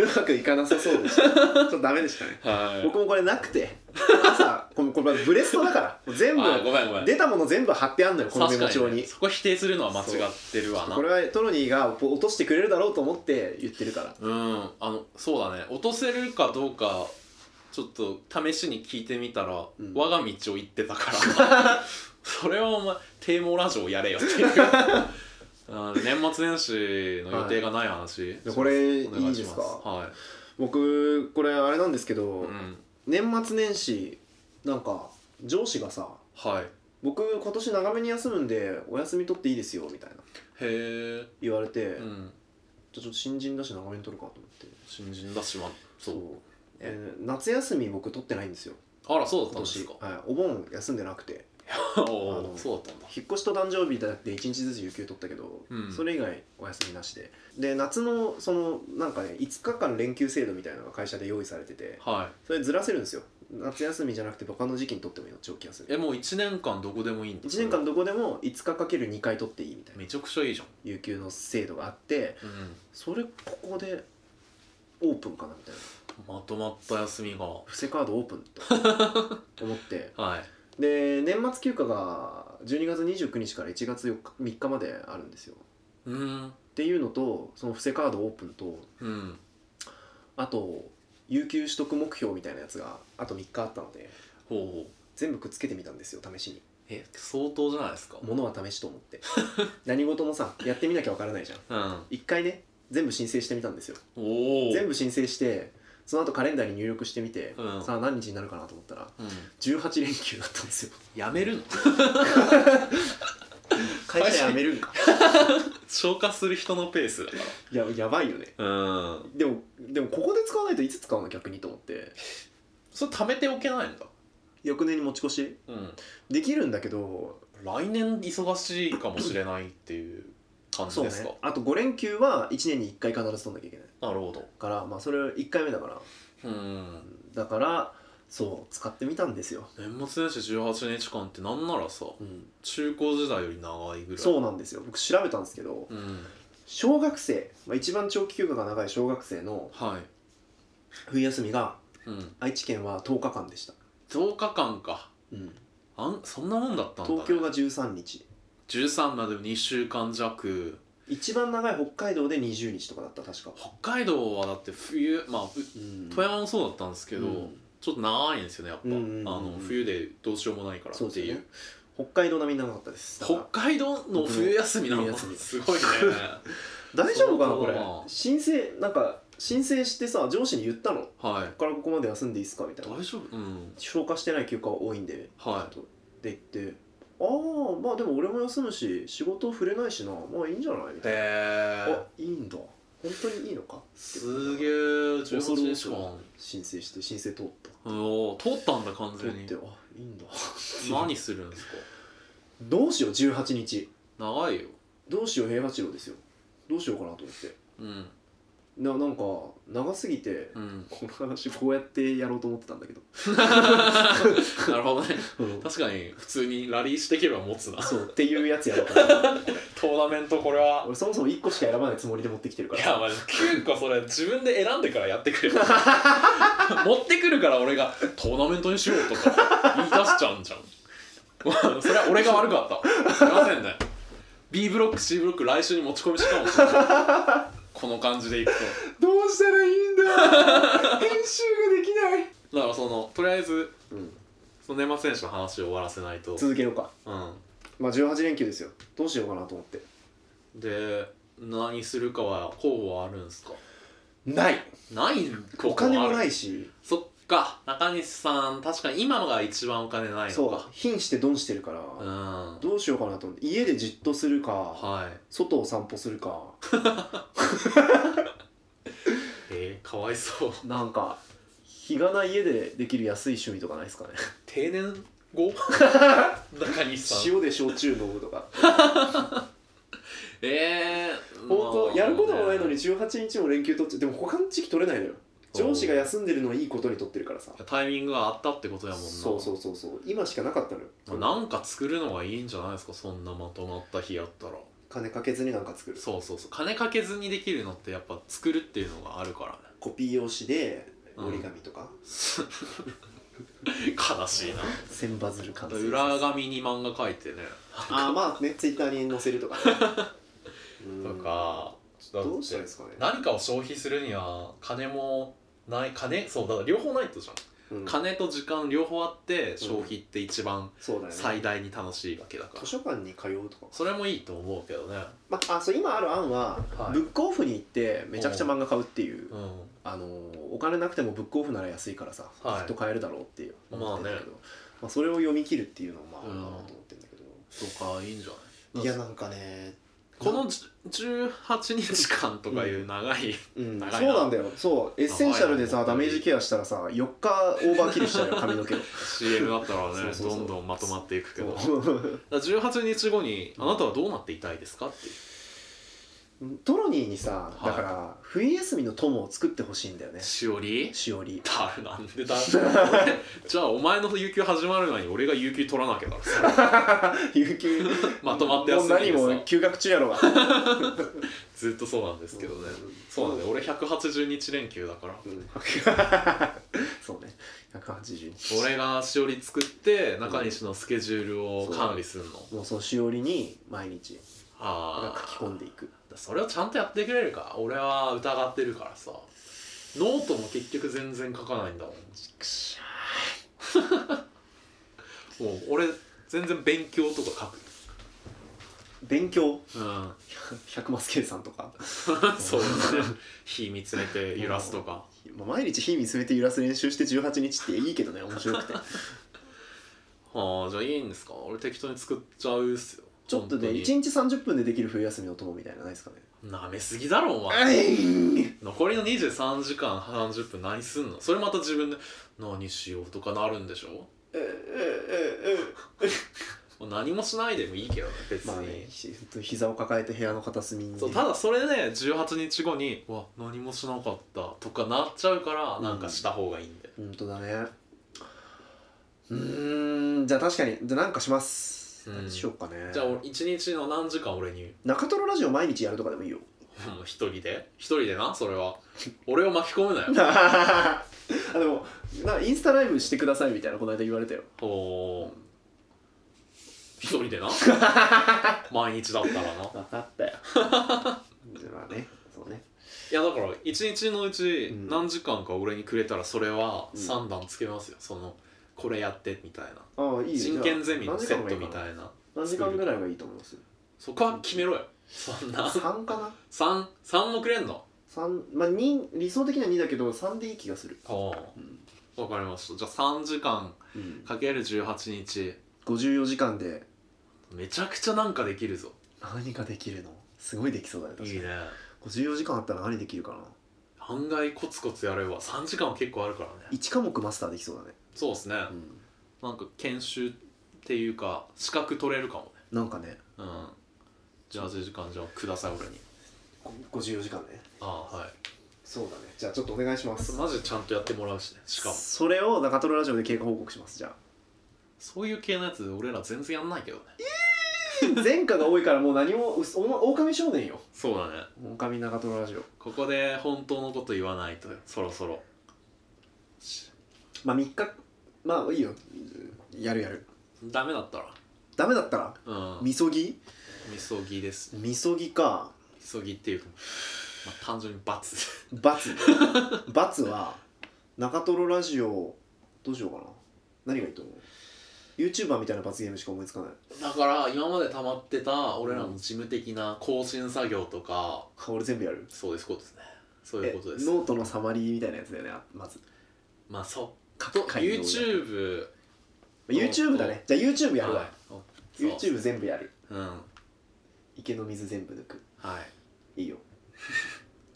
Speaker 2: うまくいかなさそうでしたちょっとダメでしたね
Speaker 1: はい
Speaker 2: 僕もこれなくて朝これこれブレストだから もう全部
Speaker 1: あごめんごめん
Speaker 2: 出たもの全部貼ってあんのよこのメ
Speaker 1: 確
Speaker 2: モ
Speaker 1: か
Speaker 2: 帳
Speaker 1: に、
Speaker 2: に
Speaker 1: ね、そこ否定するのは間違ってるわな
Speaker 2: これはトロニーが落としてくれるだろうと思って言ってるから
Speaker 1: うんあのそうだね落とせるかどうかちょっと試しに聞いてみたら、
Speaker 2: うん
Speaker 1: 我が道を行ってたから それはお前低毛ラジオをやれよっていうあ年末年始の予定がない話、
Speaker 2: でこれ
Speaker 1: お願
Speaker 2: いいですか
Speaker 1: は
Speaker 2: 僕これあれなんですけ
Speaker 1: い、
Speaker 2: ど、
Speaker 1: うん、
Speaker 2: 年末年始なんか上司がさ
Speaker 1: はいへ
Speaker 2: 「僕今年長めに休むんでお休み取っていいですよ」みたいな
Speaker 1: え
Speaker 2: 言われて、
Speaker 1: うん
Speaker 2: じゃあちょっと新人だし長めに取るかと思って
Speaker 1: 新人だしまそう
Speaker 2: う、えー夏休み僕取ってないんですよ
Speaker 1: あらそうだったん
Speaker 2: 今
Speaker 1: です
Speaker 2: 年
Speaker 1: か、
Speaker 2: はい、お盆休んでなくてあ
Speaker 1: お
Speaker 2: の
Speaker 1: おそうだったんだ
Speaker 2: 引っ越しと誕生日だって1日ずつ有給取ったけど、
Speaker 1: うん
Speaker 2: それ以外お休みなしでで夏のそのなんかね5日間連休制度みたいなのが会社で用意されてて
Speaker 1: は
Speaker 2: それずらせるんですよ夏休みじゃなくて他の時期に取ってもいいの長期休
Speaker 1: いえもう1年間どこでもいいんだ
Speaker 2: み1年間どこでも5日かける2回取っていいみたいな
Speaker 1: めちゃくちゃいいじゃ
Speaker 2: 有給の制度があって
Speaker 1: ん、うん、
Speaker 2: それここでオープンかなみたいな
Speaker 1: まとまった休みが
Speaker 2: 布施カードオープンと思って
Speaker 1: はい
Speaker 2: で年末休暇が12月29日から1月4日3日まであるんですよ
Speaker 1: うん
Speaker 2: っていうのとその布施カードオープンと
Speaker 1: うん
Speaker 2: あと有給取得目標みたいなやつがあと3日あったので
Speaker 1: ほうほう
Speaker 2: 全部くっつけてみたんですよ試しに
Speaker 1: え相当じゃないですか
Speaker 2: ものは試しと思って 何事もさやってみなきゃわからないじゃん
Speaker 1: うん
Speaker 2: 一回ね全部申請してみたんですよ
Speaker 1: おお
Speaker 2: 全部申請してその後カレンダーに入力してみて、
Speaker 1: うん
Speaker 2: さあ何日になるかなと思ったら
Speaker 1: うん、
Speaker 2: 18連休だったんですよ
Speaker 1: やめるの
Speaker 2: 会社辞めるんか
Speaker 1: 消化する人のペースだか
Speaker 2: いややばいよね
Speaker 1: らうん
Speaker 2: でもでもここで使わないといつ使うの逆にと思って
Speaker 1: それ貯めておけないんだ
Speaker 2: 翌年に持ち越し
Speaker 1: うん
Speaker 2: できるんだけど
Speaker 1: 来年忙しいかもしれないっていう感じ
Speaker 2: そう
Speaker 1: で
Speaker 2: ね
Speaker 1: すか、
Speaker 2: あと5連休は1年に1回必ず取んなきゃいけない
Speaker 1: なるほど
Speaker 2: からまあそれ1回目だか
Speaker 1: う
Speaker 2: ら
Speaker 1: ん
Speaker 2: だからそう使ってみたんですよ、
Speaker 1: 年末年始18日間ってなんならさ
Speaker 2: うん、
Speaker 1: 中高時代より長いぐらい
Speaker 2: そうなんですよ僕調べたんですけど
Speaker 1: うん
Speaker 2: 小学生、まあ、一番長期休暇が長い小学生の
Speaker 1: はい
Speaker 2: 冬休みが
Speaker 1: うん
Speaker 2: 愛知県は10日間でした、
Speaker 1: 10日間か
Speaker 2: うん、
Speaker 1: あんそんなもんだったんだ、ね、
Speaker 2: 東京が13日
Speaker 1: 13まで2週間弱
Speaker 2: 一番長い北海道で20日とかだった確か、
Speaker 1: 北海道はだって冬まあう
Speaker 2: うん、
Speaker 1: 富山もそうだったんですけど、
Speaker 2: うん
Speaker 1: ちょっと長いんですよねやっぱ、
Speaker 2: うんうんうんうん
Speaker 1: あの冬でどうしようもないからって
Speaker 2: そうです
Speaker 1: い
Speaker 2: よ
Speaker 1: う
Speaker 2: ね北海道並み長かったですだか
Speaker 1: 北
Speaker 2: ら
Speaker 1: 海道の冬休みなの
Speaker 2: 僕も冬休 み
Speaker 1: すごいね
Speaker 2: 大丈夫かなこれ
Speaker 1: そうだな
Speaker 2: 申請なんか申請してさ上司に言ったのこ
Speaker 1: はい
Speaker 2: こからここまで休んでいいですかみたいな
Speaker 1: 大丈夫うん
Speaker 2: 消化してない休暇は多いんで
Speaker 1: は
Speaker 2: ちょっとって言って「ああまあでも俺も休むし仕事触れないしなまあいいんじゃない?」み
Speaker 1: いへ
Speaker 2: たいな
Speaker 1: え
Speaker 2: 「あいいんだ本当にいいのか?」
Speaker 1: すげえ18日間
Speaker 2: 申請して申請通った
Speaker 1: おお通ったんだ完
Speaker 2: 通
Speaker 1: 全
Speaker 2: って
Speaker 1: に
Speaker 2: 「あいいんだ」
Speaker 1: 何するんですか
Speaker 2: どうしよう18日
Speaker 1: 長いよ
Speaker 2: どうしよう平八郎ですよどうしようかなと思って
Speaker 1: うん
Speaker 2: ななんか長すぎて
Speaker 1: うん、
Speaker 2: この話こうやってやろうと思ってたんだけど、
Speaker 1: なるほどね
Speaker 2: うん
Speaker 1: 確かに普通にラリーしていけば持つな
Speaker 2: そうっていうやつやろうかな
Speaker 1: トーナメントこれは
Speaker 2: 俺そもそも1個しか選ばないつもりで持ってきてるか
Speaker 1: い
Speaker 2: ら
Speaker 1: やまあ9個それ自分で選んでからやってくれ 持ってくるから俺が「トーナメントにしよう」とか言い出しちゃうんじゃんそれは俺が悪かったすいませんね B ブロック C ブロック来週に持ち込みしかもしれないこの感じでいく
Speaker 2: どうしたらいいんだ 編集ができない、
Speaker 1: とだからそのとりあえず
Speaker 2: うん、
Speaker 1: その年末年始の話を終わらせないと
Speaker 2: 続けようか
Speaker 1: うん
Speaker 2: まあ18連休ですよどうしようかなと思って
Speaker 1: で何するかは候補はあるんすか
Speaker 2: ない
Speaker 1: ないこ
Speaker 2: お金もないいし
Speaker 1: そっか中西さん確かに今のが一番お金ないの
Speaker 2: そう
Speaker 1: か
Speaker 2: 貧してドンしてるから、
Speaker 1: うん
Speaker 2: どうしようかなと思って家でじっとするか、
Speaker 1: はい
Speaker 2: 外を散歩するか
Speaker 1: えー、かわいそう
Speaker 2: なんか日がない家でできる安い趣味とかないですかね
Speaker 1: 定年後 中西さん
Speaker 2: 塩で焼酎飲むとか
Speaker 1: えー、
Speaker 2: 本当やることもないのに
Speaker 1: い
Speaker 2: 18日も連休取っちゃでも他の時期取れないのよ上司が休んでるのをいいことに取ってるからさ
Speaker 1: やタイミングがあったってことやもんな
Speaker 2: そうそうそうそう今しかなかったのよ
Speaker 1: まあなんか作るのがいいんじゃないですかそんなまとまった日やったら
Speaker 2: 金かけずになんか作る
Speaker 1: そうそうそう金かけずにできるのってやっぱ作るっていうのがあるからね
Speaker 2: コピー用紙で
Speaker 1: うん
Speaker 2: 折り紙とか、
Speaker 1: 悲しいな
Speaker 2: 千羽鶴完成
Speaker 1: 裏紙に漫画書いてね
Speaker 2: ああまあねツイッターに載せ るとか、ね、
Speaker 1: とか
Speaker 2: うんどうしたらいいですかね、
Speaker 1: 何かを消費するには金もない金そうだから両方ないとじゃん、
Speaker 2: うん
Speaker 1: 金と時間両方あって消費って一番
Speaker 2: そうだよね
Speaker 1: 最大に楽しいわけだから、
Speaker 2: 図書館に通うとか、
Speaker 1: それもいいと思うけどね
Speaker 2: まあ、あそう今ある案は、
Speaker 1: はい
Speaker 2: ブックオフに行ってめちゃくちゃ漫画買うっていう
Speaker 1: うん
Speaker 2: あのーお金なくてもブックオフなら安いからさ、
Speaker 1: はい
Speaker 2: きっと買えるだろうっていう思ってるんだけど、
Speaker 1: ま
Speaker 2: まあそれを読み切るっていうのもまああ
Speaker 1: うん
Speaker 2: るかなと思ってるんだけど、
Speaker 1: とかいいんじゃない
Speaker 2: いやなんかね
Speaker 1: このじゅ18日間とかいう長い、
Speaker 2: うん、そう
Speaker 1: 長いな
Speaker 2: なんだよそうエッセンシャルで
Speaker 1: 長
Speaker 2: さ
Speaker 1: いな
Speaker 2: ダメージケアしたらさ4日オーバーキルしち ゃうよ髪の毛を
Speaker 1: CM だったらね
Speaker 2: そうそうそう
Speaker 1: どんどんまとまっていくけどだか
Speaker 2: そう
Speaker 1: ら18日後に「あなたはどうなっていたいですか?」っていう
Speaker 2: トロニーにさ
Speaker 1: はい
Speaker 2: だから冬休みの友を作ってほしいんだよね
Speaker 1: しおり
Speaker 2: しおり
Speaker 1: だなんでだ俺じゃあお前の有給始まる前に俺が有給取らなきゃだろ
Speaker 2: 有給
Speaker 1: まとまって休みでさ
Speaker 2: もう何も休学中やろが
Speaker 1: ずっとそうなんですけどね、
Speaker 2: うん
Speaker 1: そう なんだよ俺180日連休だから
Speaker 2: うんそうね180日
Speaker 1: 俺がしおり作って中西のスケジュールを管理するの、
Speaker 2: もうそのしおりに毎日書
Speaker 1: あ
Speaker 2: き込んでいく
Speaker 1: あそれをちゃんとやってくれるか俺は疑ってるからさノートも結局全然書かないんだもんもう俺全然勉強とか
Speaker 2: 勉強
Speaker 1: 書くうん
Speaker 2: 100マス計算とか、
Speaker 1: そうね火見つめて揺らすとか
Speaker 2: まあ、毎日火見つめて揺らす練習して18日っていいけどね面白くて
Speaker 1: ああじゃあいいんですか俺適当に作っちゃうっすよ
Speaker 2: ちょっとね1日30分でできる冬休みの友みたいなのないですかね
Speaker 1: なめすぎだろお前
Speaker 2: あい
Speaker 1: 残りの23時間30分何すんのそれまた自分で何しようとかなるんでしょ
Speaker 2: ええええ
Speaker 1: もう何もしないでもいいけどね別に、
Speaker 2: まあねひ膝を抱えて部屋の片隅に
Speaker 1: そうただそれでね18日後に「うわ何もしなかった」とかなっちゃうからなんかした方がいいんで、
Speaker 2: 本当だねうーんじゃあ確かにじゃあなんかします、
Speaker 1: うん
Speaker 2: 何しようかね
Speaker 1: じゃあ俺一日の何時間俺に
Speaker 2: 中トロラジオ毎日やるとかでもい いよ
Speaker 1: もう一人で一人でなそれは 俺を巻き込むなよ
Speaker 2: あでもなインスタライブしてくださいみたいなこの間言われたよ
Speaker 1: ほう一人 でな毎日だったらない
Speaker 2: 分かったよじゃあまあねそうね
Speaker 1: やだから一日のうち
Speaker 2: うん
Speaker 1: 何時間か俺にくれたらそれは
Speaker 2: うん
Speaker 1: 3段つけますよ、そのこれやってみたいな
Speaker 2: ああいいよ
Speaker 1: 真剣ゼミのセットみ
Speaker 2: い
Speaker 1: たいな
Speaker 2: 何時間ぐらいがいいと思います
Speaker 1: そこは決めろよそんな
Speaker 2: 3かな
Speaker 1: 三三もくれんの
Speaker 2: 三まあ2理想的には2だけど3でいい気がする
Speaker 1: ほ
Speaker 2: うん、
Speaker 1: うわかりましたじゃあ3時間
Speaker 2: うん、
Speaker 1: かける18日
Speaker 2: 54時間で
Speaker 1: めちゃくちゃなんかできるぞ
Speaker 2: 何ができるのすごいできそうだね確か
Speaker 1: いい
Speaker 2: に
Speaker 1: ね
Speaker 2: 54時間あったら何できるかな
Speaker 1: 案外コツコツやれば3時間は結構あるからね
Speaker 2: 1科目マスターできそうだね、
Speaker 1: そうですね、
Speaker 2: うん、
Speaker 1: なんか研修っていうか資格取れるかもね
Speaker 2: なんかね
Speaker 1: うんじゃあ8時間じゃあください俺に
Speaker 2: 54時間ね
Speaker 1: ああはい
Speaker 2: そうだねじゃあちょっとお願いしま
Speaker 1: そ
Speaker 2: す
Speaker 1: れマジでちゃんとやってもらうしねしかも
Speaker 2: それを中トロラジオで経過報告しますじゃあ
Speaker 1: そういう系のやつ俺ら全然やんないけどね
Speaker 2: 前科が多いからもう何もうすおま狼少年よ
Speaker 1: そうだね
Speaker 2: 狼中トロラジオ
Speaker 1: ここで本当のこと言わないとそろそろし
Speaker 2: まあ3日まあいいよやるやる
Speaker 1: ダメだったら
Speaker 2: ダメだったら
Speaker 1: うん
Speaker 2: みそぎ
Speaker 1: みそぎですね
Speaker 2: みそぎか
Speaker 1: みそぎっていうか、まあ、単純に 罰
Speaker 2: 罰罰は中トロラジオどうしようかな何がいいと思う YouTuber みたいな罰ゲームしか思いつかない
Speaker 1: だから今まで溜まってた俺らの事務的な更新作業とか、
Speaker 2: か俺全部やる
Speaker 1: そうですことですねそういうことで
Speaker 2: え
Speaker 1: す
Speaker 2: ノートのサマリーみたいなやつだよねあまず
Speaker 1: まあそう
Speaker 2: 各
Speaker 1: と
Speaker 2: 回の
Speaker 1: YouTube
Speaker 2: まあ YouTube だねじゃあ YouTube やるわ、
Speaker 1: はいおそう
Speaker 2: YouTube 全部やる
Speaker 1: うんは
Speaker 2: 池の水全部抜くいいよ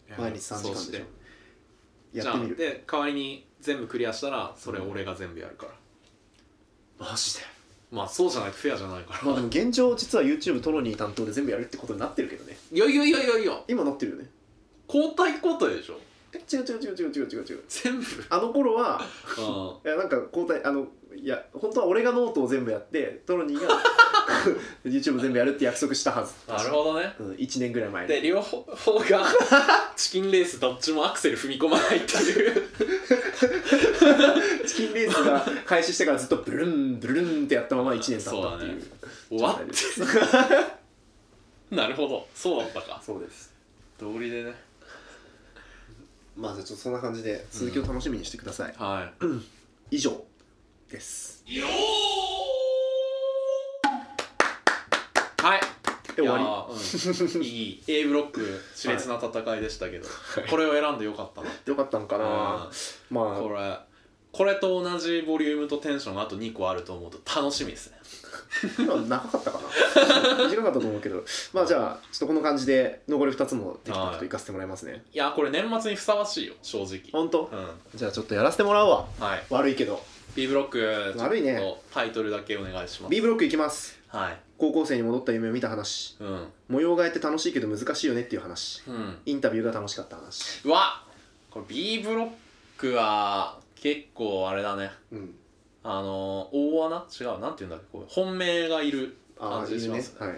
Speaker 1: い
Speaker 2: 毎日3時
Speaker 1: そう
Speaker 2: 間
Speaker 1: し
Speaker 2: でしてょやってみ
Speaker 1: じゃ
Speaker 2: る
Speaker 1: あで代わりに全部クリアしたらそれ俺が全部やるから、
Speaker 2: マジで
Speaker 1: まあそうじゃないとフェアじゃないから
Speaker 2: まあでも現状実は YouTube トロニー担当で全部やるってことになってるけどね
Speaker 1: いやいやいやいやいや
Speaker 2: 今なってるよね
Speaker 1: 交代交代でしょ
Speaker 2: え違う違う違う違う違う違う違う
Speaker 1: 全部
Speaker 2: あの頃 は
Speaker 1: あ
Speaker 2: いやなんか交代あのいや本当は俺がノートを全部やってトロニ ーが YouTube 全部やるって約束したはず
Speaker 1: なるほどね
Speaker 2: うん、1年ぐらい前に
Speaker 1: で両方が チキンレースどっちもアクセル踏み込まないって いう
Speaker 2: チキンレースが開始してからずっとブルンブルンってやったまま1年経ったっていう
Speaker 1: 終
Speaker 2: 状
Speaker 1: わ
Speaker 2: 態
Speaker 1: っ
Speaker 2: で
Speaker 1: て
Speaker 2: す
Speaker 1: なるほどそうだったか
Speaker 2: そうです
Speaker 1: 道理でね
Speaker 2: まあじゃあちょっとそんな感じで続きを楽しみにしてください、
Speaker 1: はい
Speaker 2: 以上です
Speaker 1: はい
Speaker 2: え終わり
Speaker 1: り、うん、いい A ブロック熾烈な戦いでしたけど、これを選んでよかったな
Speaker 2: よかったのかなまあ
Speaker 1: これこれと同じボリュームとテンションがあと2個あると思うと楽しみですね
Speaker 2: 今の長かったかな短かったと思うけどまあじゃあちょっとこの感じで残り2つもテキパキといかせてもらいますね
Speaker 1: いやこれ年末にふさわしいよ正直
Speaker 2: 本当
Speaker 1: う
Speaker 2: じゃあちょっとやらせてもらうわ
Speaker 1: んはい
Speaker 2: 悪いけど
Speaker 1: B ブロック
Speaker 2: 悪いね
Speaker 1: ちょっとタイトルだけお願いします
Speaker 2: B ブロックいきます
Speaker 1: はい
Speaker 2: 高校生に戻った夢を見た話
Speaker 1: うん
Speaker 2: 模様替えって楽しいけど難しいよねっていう話
Speaker 1: うん
Speaker 2: インタビューが楽しかった話
Speaker 1: うわこれ B ブロックは結構あれだね
Speaker 2: うん
Speaker 1: あの大穴違うなんて言うんだっけこれ本命がいる
Speaker 2: ああ
Speaker 1: 感じ
Speaker 2: い
Speaker 1: し
Speaker 2: る
Speaker 1: ま
Speaker 2: ね
Speaker 1: す
Speaker 2: はい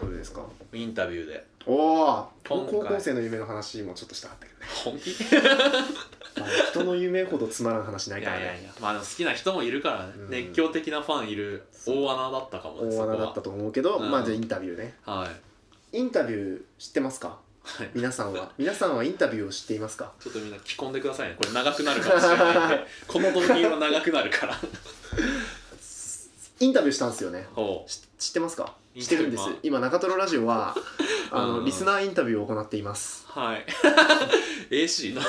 Speaker 2: どれですか
Speaker 1: インタビューで
Speaker 2: おお高
Speaker 1: 今回
Speaker 2: 校生の夢の話もちょっとしたかったけどね
Speaker 1: 本気い
Speaker 2: まあ人の夢ほどつまらん話な
Speaker 1: や
Speaker 2: い
Speaker 1: い
Speaker 2: から
Speaker 1: や
Speaker 2: ね
Speaker 1: いやまあでも好きな人もいるからね、
Speaker 2: うん
Speaker 1: 熱狂的なファンいる大穴だったかもね
Speaker 2: 大穴だったと思うけど
Speaker 1: うん
Speaker 2: まあじゃあインタビューね
Speaker 1: そこははい
Speaker 2: インタビュー知ってますか
Speaker 1: はい
Speaker 2: 皆さんは皆さんはインタビューを知っていますか
Speaker 1: ちょっとみんな着込んでくださいねこれ長くなるか もしれないんでこの時は長くなるから
Speaker 2: インタビューしたんですよね
Speaker 1: ほ
Speaker 2: し知ってますか
Speaker 1: イン
Speaker 2: 知っ
Speaker 1: タビ
Speaker 2: て
Speaker 1: ュー
Speaker 2: るんです今中トロラジオはあの
Speaker 1: うん
Speaker 2: リスナーインタビューを行っています
Speaker 1: うはい AC の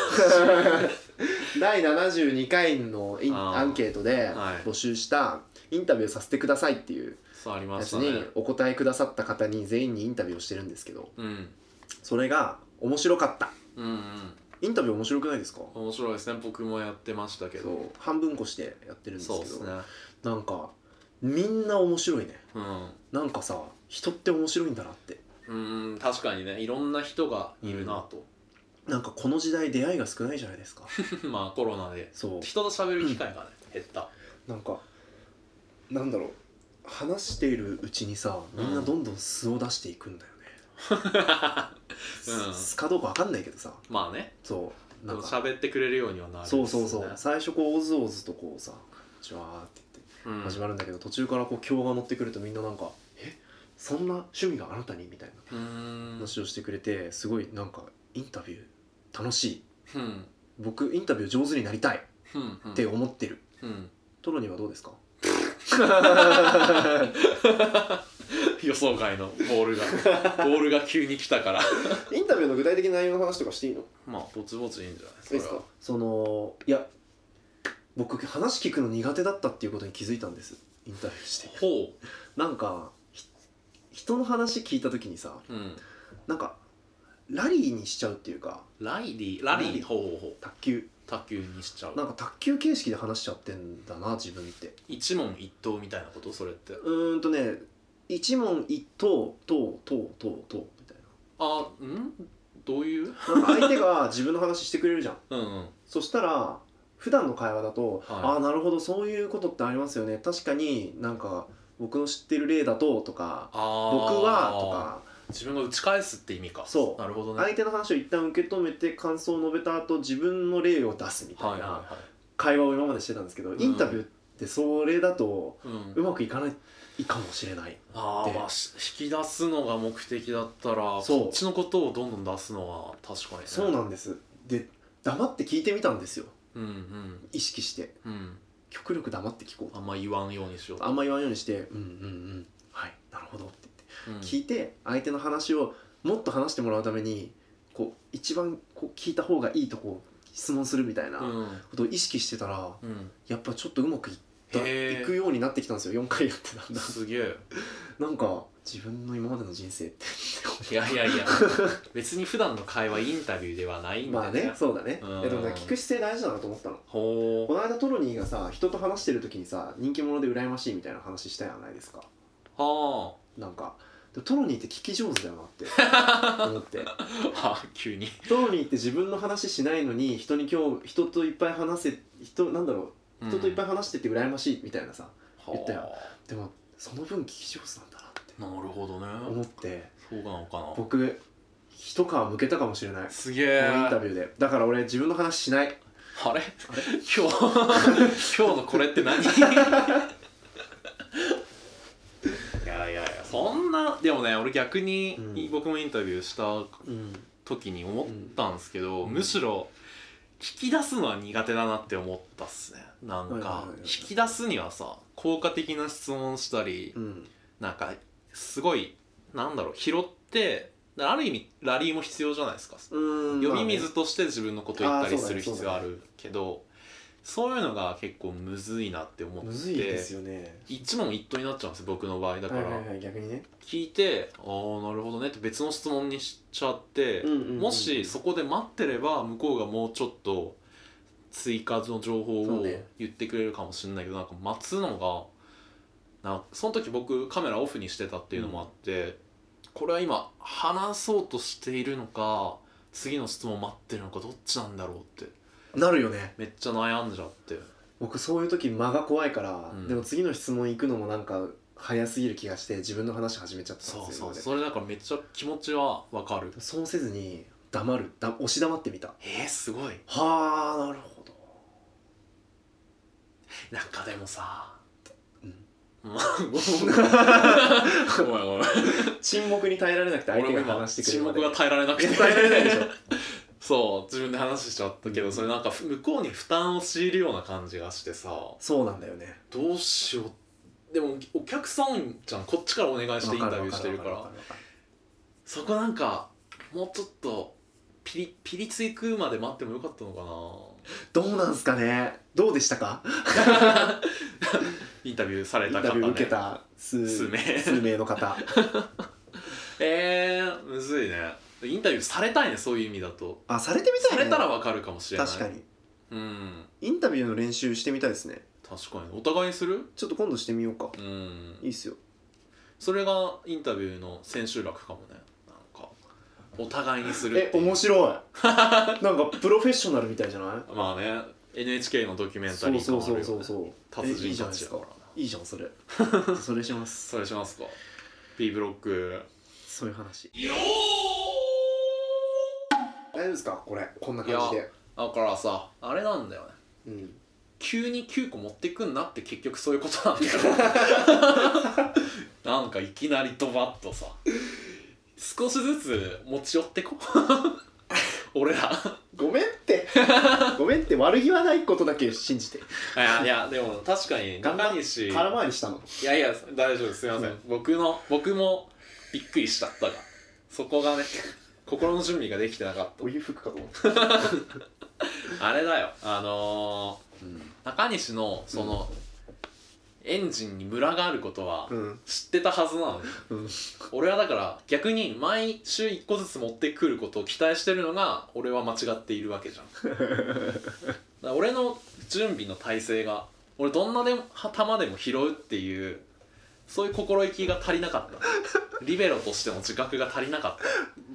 Speaker 2: 第72回のイン
Speaker 1: あー
Speaker 2: アンケートで
Speaker 1: はい
Speaker 2: 募集したインタビューさせてくださいっていう
Speaker 1: そうありま
Speaker 2: や
Speaker 1: し
Speaker 2: つ
Speaker 1: たね
Speaker 2: にお答えくださった方に全員にインタビューをしてるんですけど
Speaker 1: うん
Speaker 2: それが面白かった
Speaker 1: うんうん
Speaker 2: インタビュー面白くないですか
Speaker 1: 面白いですね僕もやってましたけ
Speaker 2: そ
Speaker 1: ど
Speaker 2: う半分こしてやってるんです
Speaker 1: そう
Speaker 2: け
Speaker 1: です
Speaker 2: ど
Speaker 1: ね
Speaker 2: なんかみんな面白いね
Speaker 1: うん
Speaker 2: なんかさ人って面白いんだなって
Speaker 1: うん確かにねいろんな人がいるなと、
Speaker 2: なんかこの時代出会いが少ないじゃないですか
Speaker 1: まあコロナで
Speaker 2: そう
Speaker 1: 人と喋る機会がね、減った
Speaker 2: なんかなんだろう話しているうちにさみんなどんどん素を出していくんだよね、
Speaker 1: うん
Speaker 2: 素かどうか分かんないけどさ
Speaker 1: まあね
Speaker 2: そう
Speaker 1: で
Speaker 2: なん
Speaker 1: も
Speaker 2: か
Speaker 1: 喋ってくれるようにはなるんです
Speaker 2: そ
Speaker 1: ね、
Speaker 2: うそうそう最初こうおずおずとこうさジュワーって言って
Speaker 1: うん、
Speaker 2: 始まるんだけど、途中からこう今日が乗ってくるとみんななんか「えそんな趣味があなたに?」みたいな
Speaker 1: うーん
Speaker 2: 話をしてくれてすごいなんかインタビュー楽しい
Speaker 1: うん
Speaker 2: 僕インタビュー上手になりたい
Speaker 1: うんうん
Speaker 2: って思ってる、
Speaker 1: うん
Speaker 2: トロにはど うですか
Speaker 1: 予想外のボー ルがボールが急に来たから
Speaker 2: インタビューの具体的な内容の話とかしていいの
Speaker 1: まあぼちぼちいいんじゃないです
Speaker 2: そ
Speaker 1: か
Speaker 2: のいや僕話聞くの苦手だったっていうことに気づいたんですインタビューして
Speaker 1: ほ
Speaker 2: なんかひ人の話聞いた時にさ
Speaker 1: う、うん、
Speaker 2: なんかラリーにしちゃうっていうか
Speaker 1: ライリーラリ
Speaker 2: ラリ
Speaker 1: ー
Speaker 2: ー
Speaker 1: ほうほうほう
Speaker 2: 卓球
Speaker 1: 卓球にしちゃ
Speaker 2: な
Speaker 1: うん
Speaker 2: か卓球形式で話しちゃってんだな自分って
Speaker 1: 一問一答みたいなことそれって
Speaker 2: うーんとね一問一答答答答答みたいな
Speaker 1: あうんどういう
Speaker 2: なんか相手が自分の話してくれるじゃん
Speaker 1: うんうん
Speaker 2: そしたら普段の会話だと、
Speaker 1: はい
Speaker 2: ああなるほどそういうことってありますよね確かになんか僕の知ってる例だととか
Speaker 1: あ
Speaker 2: 僕はと
Speaker 1: か
Speaker 2: か
Speaker 1: 自分が打ち返すって意味か
Speaker 2: そう
Speaker 1: なるほどねはい
Speaker 2: 相手の話を一旦受け止めて感想を述べた後自分の例を出すみた
Speaker 1: はいい
Speaker 2: な
Speaker 1: は
Speaker 2: 会話を今までしてたんですけど、
Speaker 1: ん
Speaker 2: インタビューってそれだと
Speaker 1: い、うん
Speaker 2: うまくいかないかもしれない
Speaker 1: ああ
Speaker 2: で
Speaker 1: まあし引き出すのが目的だったら
Speaker 2: そう
Speaker 1: こっちのことをどんどん出すのは確かにね
Speaker 2: そうなんですで黙って聞いてみたんですよ
Speaker 1: うんうん
Speaker 2: 意識して
Speaker 1: うん
Speaker 2: 極力黙って聞こう
Speaker 1: あんま言わんようにしよう
Speaker 2: とあんま言わんようにして「うんうんうんはいなるほど」って言って
Speaker 1: うん
Speaker 2: 聞いて相手の話をもっと話してもらうためにこう一番こう聞いた方がいいとこを質問するみたいな
Speaker 1: う
Speaker 2: こ
Speaker 1: ん
Speaker 2: とを意識してたら、
Speaker 1: うん
Speaker 2: やっぱちょっとうまくいった
Speaker 1: へー
Speaker 2: いくようになってきたんですよ4回やってたんだ
Speaker 1: すげえ
Speaker 2: なんか自分の今までの人生って
Speaker 1: いやいやいや別に普段の会話インタビューではないんだ
Speaker 2: まあねそうだね
Speaker 1: うん
Speaker 2: えでもね聞く姿勢大事だなと思ったの
Speaker 1: ほ
Speaker 2: この間トロニーがさ人と話してる時にさ人気者で羨ましいみたいな話したじゃないですか
Speaker 1: うは
Speaker 2: なんかでトロニーって聞き上手だよ なって思って
Speaker 1: ああ急に
Speaker 2: トロニーって自分の話しないのに人に今日人といっぱい話せ人なんだろう人といっぱい
Speaker 1: い
Speaker 2: 話してて羨ましいみたいなさ、言ったよ
Speaker 1: な
Speaker 2: でもその分聞き上手なんだなって
Speaker 1: るほどね
Speaker 2: 思って
Speaker 1: そうなのか
Speaker 2: 僕一皮むけたかもしれない
Speaker 1: な
Speaker 2: こ
Speaker 1: すげえ
Speaker 2: のインタビューでだから俺自分の話しない
Speaker 1: あれ
Speaker 2: れ
Speaker 1: 今日 今日のこれって何いやいやいやそんなでもね俺逆に、
Speaker 2: うん
Speaker 1: 僕もインタビューした
Speaker 2: うん
Speaker 1: 時に思ったんですけど、
Speaker 2: うん
Speaker 1: むしろ聞き出すのは苦手だなって思ったっすねなん
Speaker 2: はいはい
Speaker 1: か
Speaker 2: はいはい
Speaker 1: 引き出すにはさ効果的な質問したり、
Speaker 2: うん
Speaker 1: なんかすごいなんだろう拾ってある意味ラリーも必要じゃないですか
Speaker 2: うん
Speaker 1: 呼び水
Speaker 2: ま
Speaker 1: として自分のことを言った
Speaker 2: あー
Speaker 1: り
Speaker 2: そう
Speaker 1: する必
Speaker 2: だね
Speaker 1: 要があるけどそういうのが結構むずいなって思
Speaker 2: あ
Speaker 1: って
Speaker 2: ねむずいですよね
Speaker 1: 一問一答になっちゃうんですよ僕の場合だか
Speaker 2: はいは
Speaker 1: ら
Speaker 2: いはい逆にね
Speaker 1: 聞いてああなるほどねって別の質問にしちゃって
Speaker 2: うんうんうん
Speaker 1: もしそこで待ってれば向こうがもうちょっと追加の情報
Speaker 2: そう
Speaker 1: を
Speaker 2: ね
Speaker 1: 言ってくれるかもしれないけどなんか待つのがなんかその時僕カメラオフにしてたっていうのもあってこれは今話そうとしているのか次の質問待ってるのかどっちなんだろうって
Speaker 2: なるよね
Speaker 1: めっちゃ悩んじゃって
Speaker 2: 僕そういう時間が怖いから、
Speaker 1: うん
Speaker 2: でも次の質問行くのもなんか早すぎる気がして自分の話始めちゃったん
Speaker 1: そう
Speaker 2: です
Speaker 1: そう
Speaker 2: よ今まで
Speaker 1: それだからめっちゃ気持ちはわかる
Speaker 2: そうせずに黙るだ押し黙ってみた
Speaker 1: えー、すごい
Speaker 2: はあなるほど
Speaker 1: なんかでもさ
Speaker 2: うん
Speaker 1: ごめんごめんごめん
Speaker 2: 沈黙に耐えられなくて相手
Speaker 1: 俺
Speaker 2: が
Speaker 1: も今
Speaker 2: 話してくれる
Speaker 1: 沈
Speaker 2: まで
Speaker 1: 黙が耐えられなくて
Speaker 2: いや耐えられないでしょ
Speaker 1: そう自分で話しちゃったけど、
Speaker 2: うん
Speaker 1: それなんかふ向こうに負担を強いるような感じがしてさ
Speaker 2: そうなんだよね
Speaker 1: どうしようでもお客さんじゃんこっちからお願いしてインタビューしてるから
Speaker 2: わかるわかる
Speaker 1: そこなんかもうちょっとピリピリついくまで待ってもよかったのかな
Speaker 2: どうなんすかねどうでしたか
Speaker 1: インタビューさ
Speaker 2: イ
Speaker 1: れ
Speaker 2: ン
Speaker 1: た
Speaker 2: タ
Speaker 1: 方
Speaker 2: ビュ
Speaker 1: ね
Speaker 2: ー受けた数
Speaker 1: 数名
Speaker 2: 数名の方
Speaker 1: えー、むずいねインタビューされたいねそういう意味だと
Speaker 2: あされてみた
Speaker 1: さ
Speaker 2: いね
Speaker 1: れたらわかるかもしれない
Speaker 2: 確かに
Speaker 1: うん
Speaker 2: インタビューの練習してみたいですね
Speaker 1: 確かにお互いにする
Speaker 2: ちょっと今度してみようか
Speaker 1: うん
Speaker 2: いいっすよ
Speaker 1: それがインタビューの千秋楽かもねなんかお互いにする
Speaker 2: え
Speaker 1: っていう
Speaker 2: 面 白いなんかプロフェッショナルみたいじゃない
Speaker 1: まあね NHK のドキュメンタ
Speaker 2: そ
Speaker 1: リ
Speaker 2: う
Speaker 1: ー感
Speaker 2: そう
Speaker 1: あるよ
Speaker 2: そ
Speaker 1: ね
Speaker 2: うそうそうえい
Speaker 1: 達
Speaker 2: いじ
Speaker 1: 人
Speaker 2: ゃ
Speaker 1: た
Speaker 2: ないで
Speaker 1: ち
Speaker 2: す
Speaker 1: だか
Speaker 2: から
Speaker 1: ない
Speaker 2: いじゃんそれ それします
Speaker 1: それしますか B ブロック
Speaker 2: そういう話
Speaker 1: よ
Speaker 2: 大丈夫ですかこれこんな感じ
Speaker 1: い
Speaker 2: で
Speaker 1: だからさあれなんだよね
Speaker 2: うん
Speaker 1: 急に9個持ってくんなって結局そういうことなんだよ なんかいきなりドバッとさ少しずつ持ち寄ってこ俺 ら
Speaker 2: ごめんってごめんって悪気はないことだけ信じて
Speaker 1: いやいやでも確かに中西
Speaker 2: 空回りしたの
Speaker 1: いやいや大丈夫ですすいません、
Speaker 2: うん
Speaker 1: 僕の僕もびっくりしちゃったがそこ がね心の準備ができてなかっ
Speaker 2: お湯吹くかと思った
Speaker 1: たあれだよあの
Speaker 2: うん
Speaker 1: ー、中西のその、エンジンにムラがあることは
Speaker 2: うん
Speaker 1: 知ってたはずなのに、
Speaker 2: うん
Speaker 1: 俺はだから逆に毎週1個ずつ持ってくることを期待してるのが俺は間違っているわけじゃんだから俺の準備の体制が俺どんなでもは球でも拾うっていうそういう心意気が足りなかったリベロとしての自覚が足りなかっ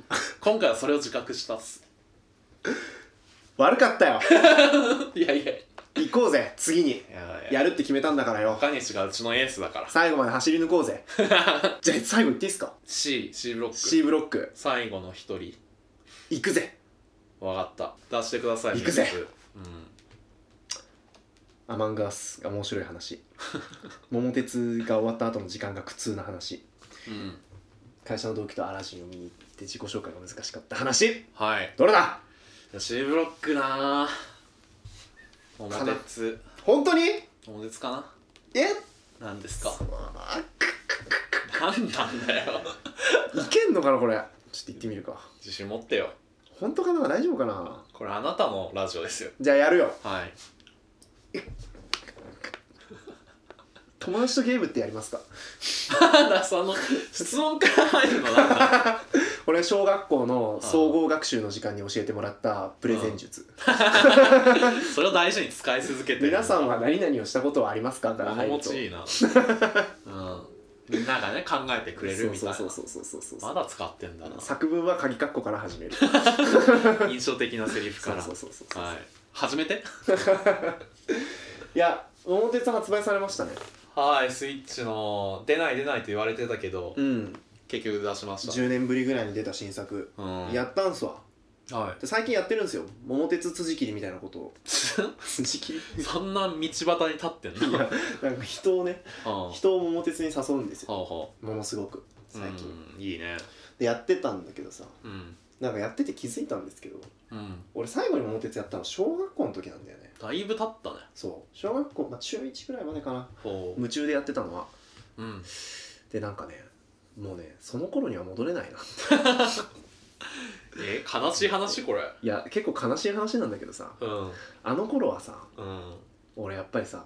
Speaker 1: た今回はそれを自覚したっす
Speaker 2: 悪かったよ
Speaker 1: いやいや
Speaker 2: 行こうぜ次に
Speaker 1: や
Speaker 2: やるって決めたんだからよ
Speaker 1: 岡西がうちのエースだから
Speaker 2: 最後まで走り抜こう ぜじゃあ最後行っていいっすか
Speaker 1: C, C ブロック
Speaker 2: C ブロック
Speaker 1: 最後の一人
Speaker 2: 行くぜ
Speaker 1: わかった出してください
Speaker 2: 行くぜ
Speaker 1: 三つうん
Speaker 2: アマンガースが面白い話桃鉄が終わった後の時間が苦痛な話
Speaker 1: うん、
Speaker 2: 会社の同期とアラジンを見に行って自己紹介が難しかった話
Speaker 1: はい
Speaker 2: どれだ
Speaker 1: C ブロックなぁ
Speaker 2: な
Speaker 1: 桃鉄
Speaker 2: 本当に
Speaker 1: 桃鉄か
Speaker 2: え
Speaker 1: ななんですか
Speaker 2: あ
Speaker 1: なんなんだよ
Speaker 2: いけんのかなこれちょっと行ってみるか
Speaker 1: 自信持ってよ
Speaker 2: 本当かな大丈夫かな
Speaker 1: これあなたのラジオですよ
Speaker 2: じゃあやるよ
Speaker 1: はい
Speaker 2: 友達とゲームってやりますか
Speaker 1: ただその質問から入るのなんだ
Speaker 2: これ小学校の総合学習の時間に教えてもらったプレゼン術
Speaker 1: それを大事に使い続けてる
Speaker 2: 皆さんは何々をしたことはありますかから
Speaker 1: 物
Speaker 2: 入
Speaker 1: 持
Speaker 2: ると
Speaker 1: ちいいなうんみんながね考えてくれるみたいな
Speaker 2: そうそうそうそうそうそう
Speaker 1: まだ使ってんだな
Speaker 2: 作文は鍵括弧から始める
Speaker 1: 印象的なセリフ
Speaker 2: そ
Speaker 1: か
Speaker 2: う
Speaker 1: ら
Speaker 2: そうそうそう
Speaker 1: はい初めて
Speaker 2: いや桃鉄発売されましたね
Speaker 1: はいスイッチの出ない出ないと言われてたけど
Speaker 2: うん
Speaker 1: 結局出しました
Speaker 2: 10年ぶりぐらいに出た新作、
Speaker 1: うん
Speaker 2: やったんすわ
Speaker 1: は
Speaker 2: で最近やってるんですよ桃鉄辻切りみたいなことを
Speaker 1: い そ
Speaker 2: 辻切り
Speaker 1: んな道端に立ってん
Speaker 2: い
Speaker 1: のうん
Speaker 2: や なんか人をね
Speaker 1: ほ
Speaker 2: 人を桃鉄に誘うんです
Speaker 1: う
Speaker 2: よ
Speaker 1: ほ
Speaker 2: ものすごく
Speaker 1: う
Speaker 2: 最近、
Speaker 1: うんいいね
Speaker 2: でやってたんだけどさ
Speaker 1: うん
Speaker 2: なんかやってて気づいたんですけど
Speaker 1: うん
Speaker 2: 俺最後に桃鉄やったの小学校の時なんだよね
Speaker 1: だいぶ経ったね
Speaker 2: そう小学校、まあ、中1ぐらいまでかな
Speaker 1: ほ
Speaker 2: 夢中でやってたのは
Speaker 1: ううん
Speaker 2: でなんかねもうねその頃には戻れないな
Speaker 1: え悲しい話これ
Speaker 2: いや結構悲しい話なんだけどさ
Speaker 1: うん
Speaker 2: あの頃はさ
Speaker 1: うん
Speaker 2: 俺やっぱりさ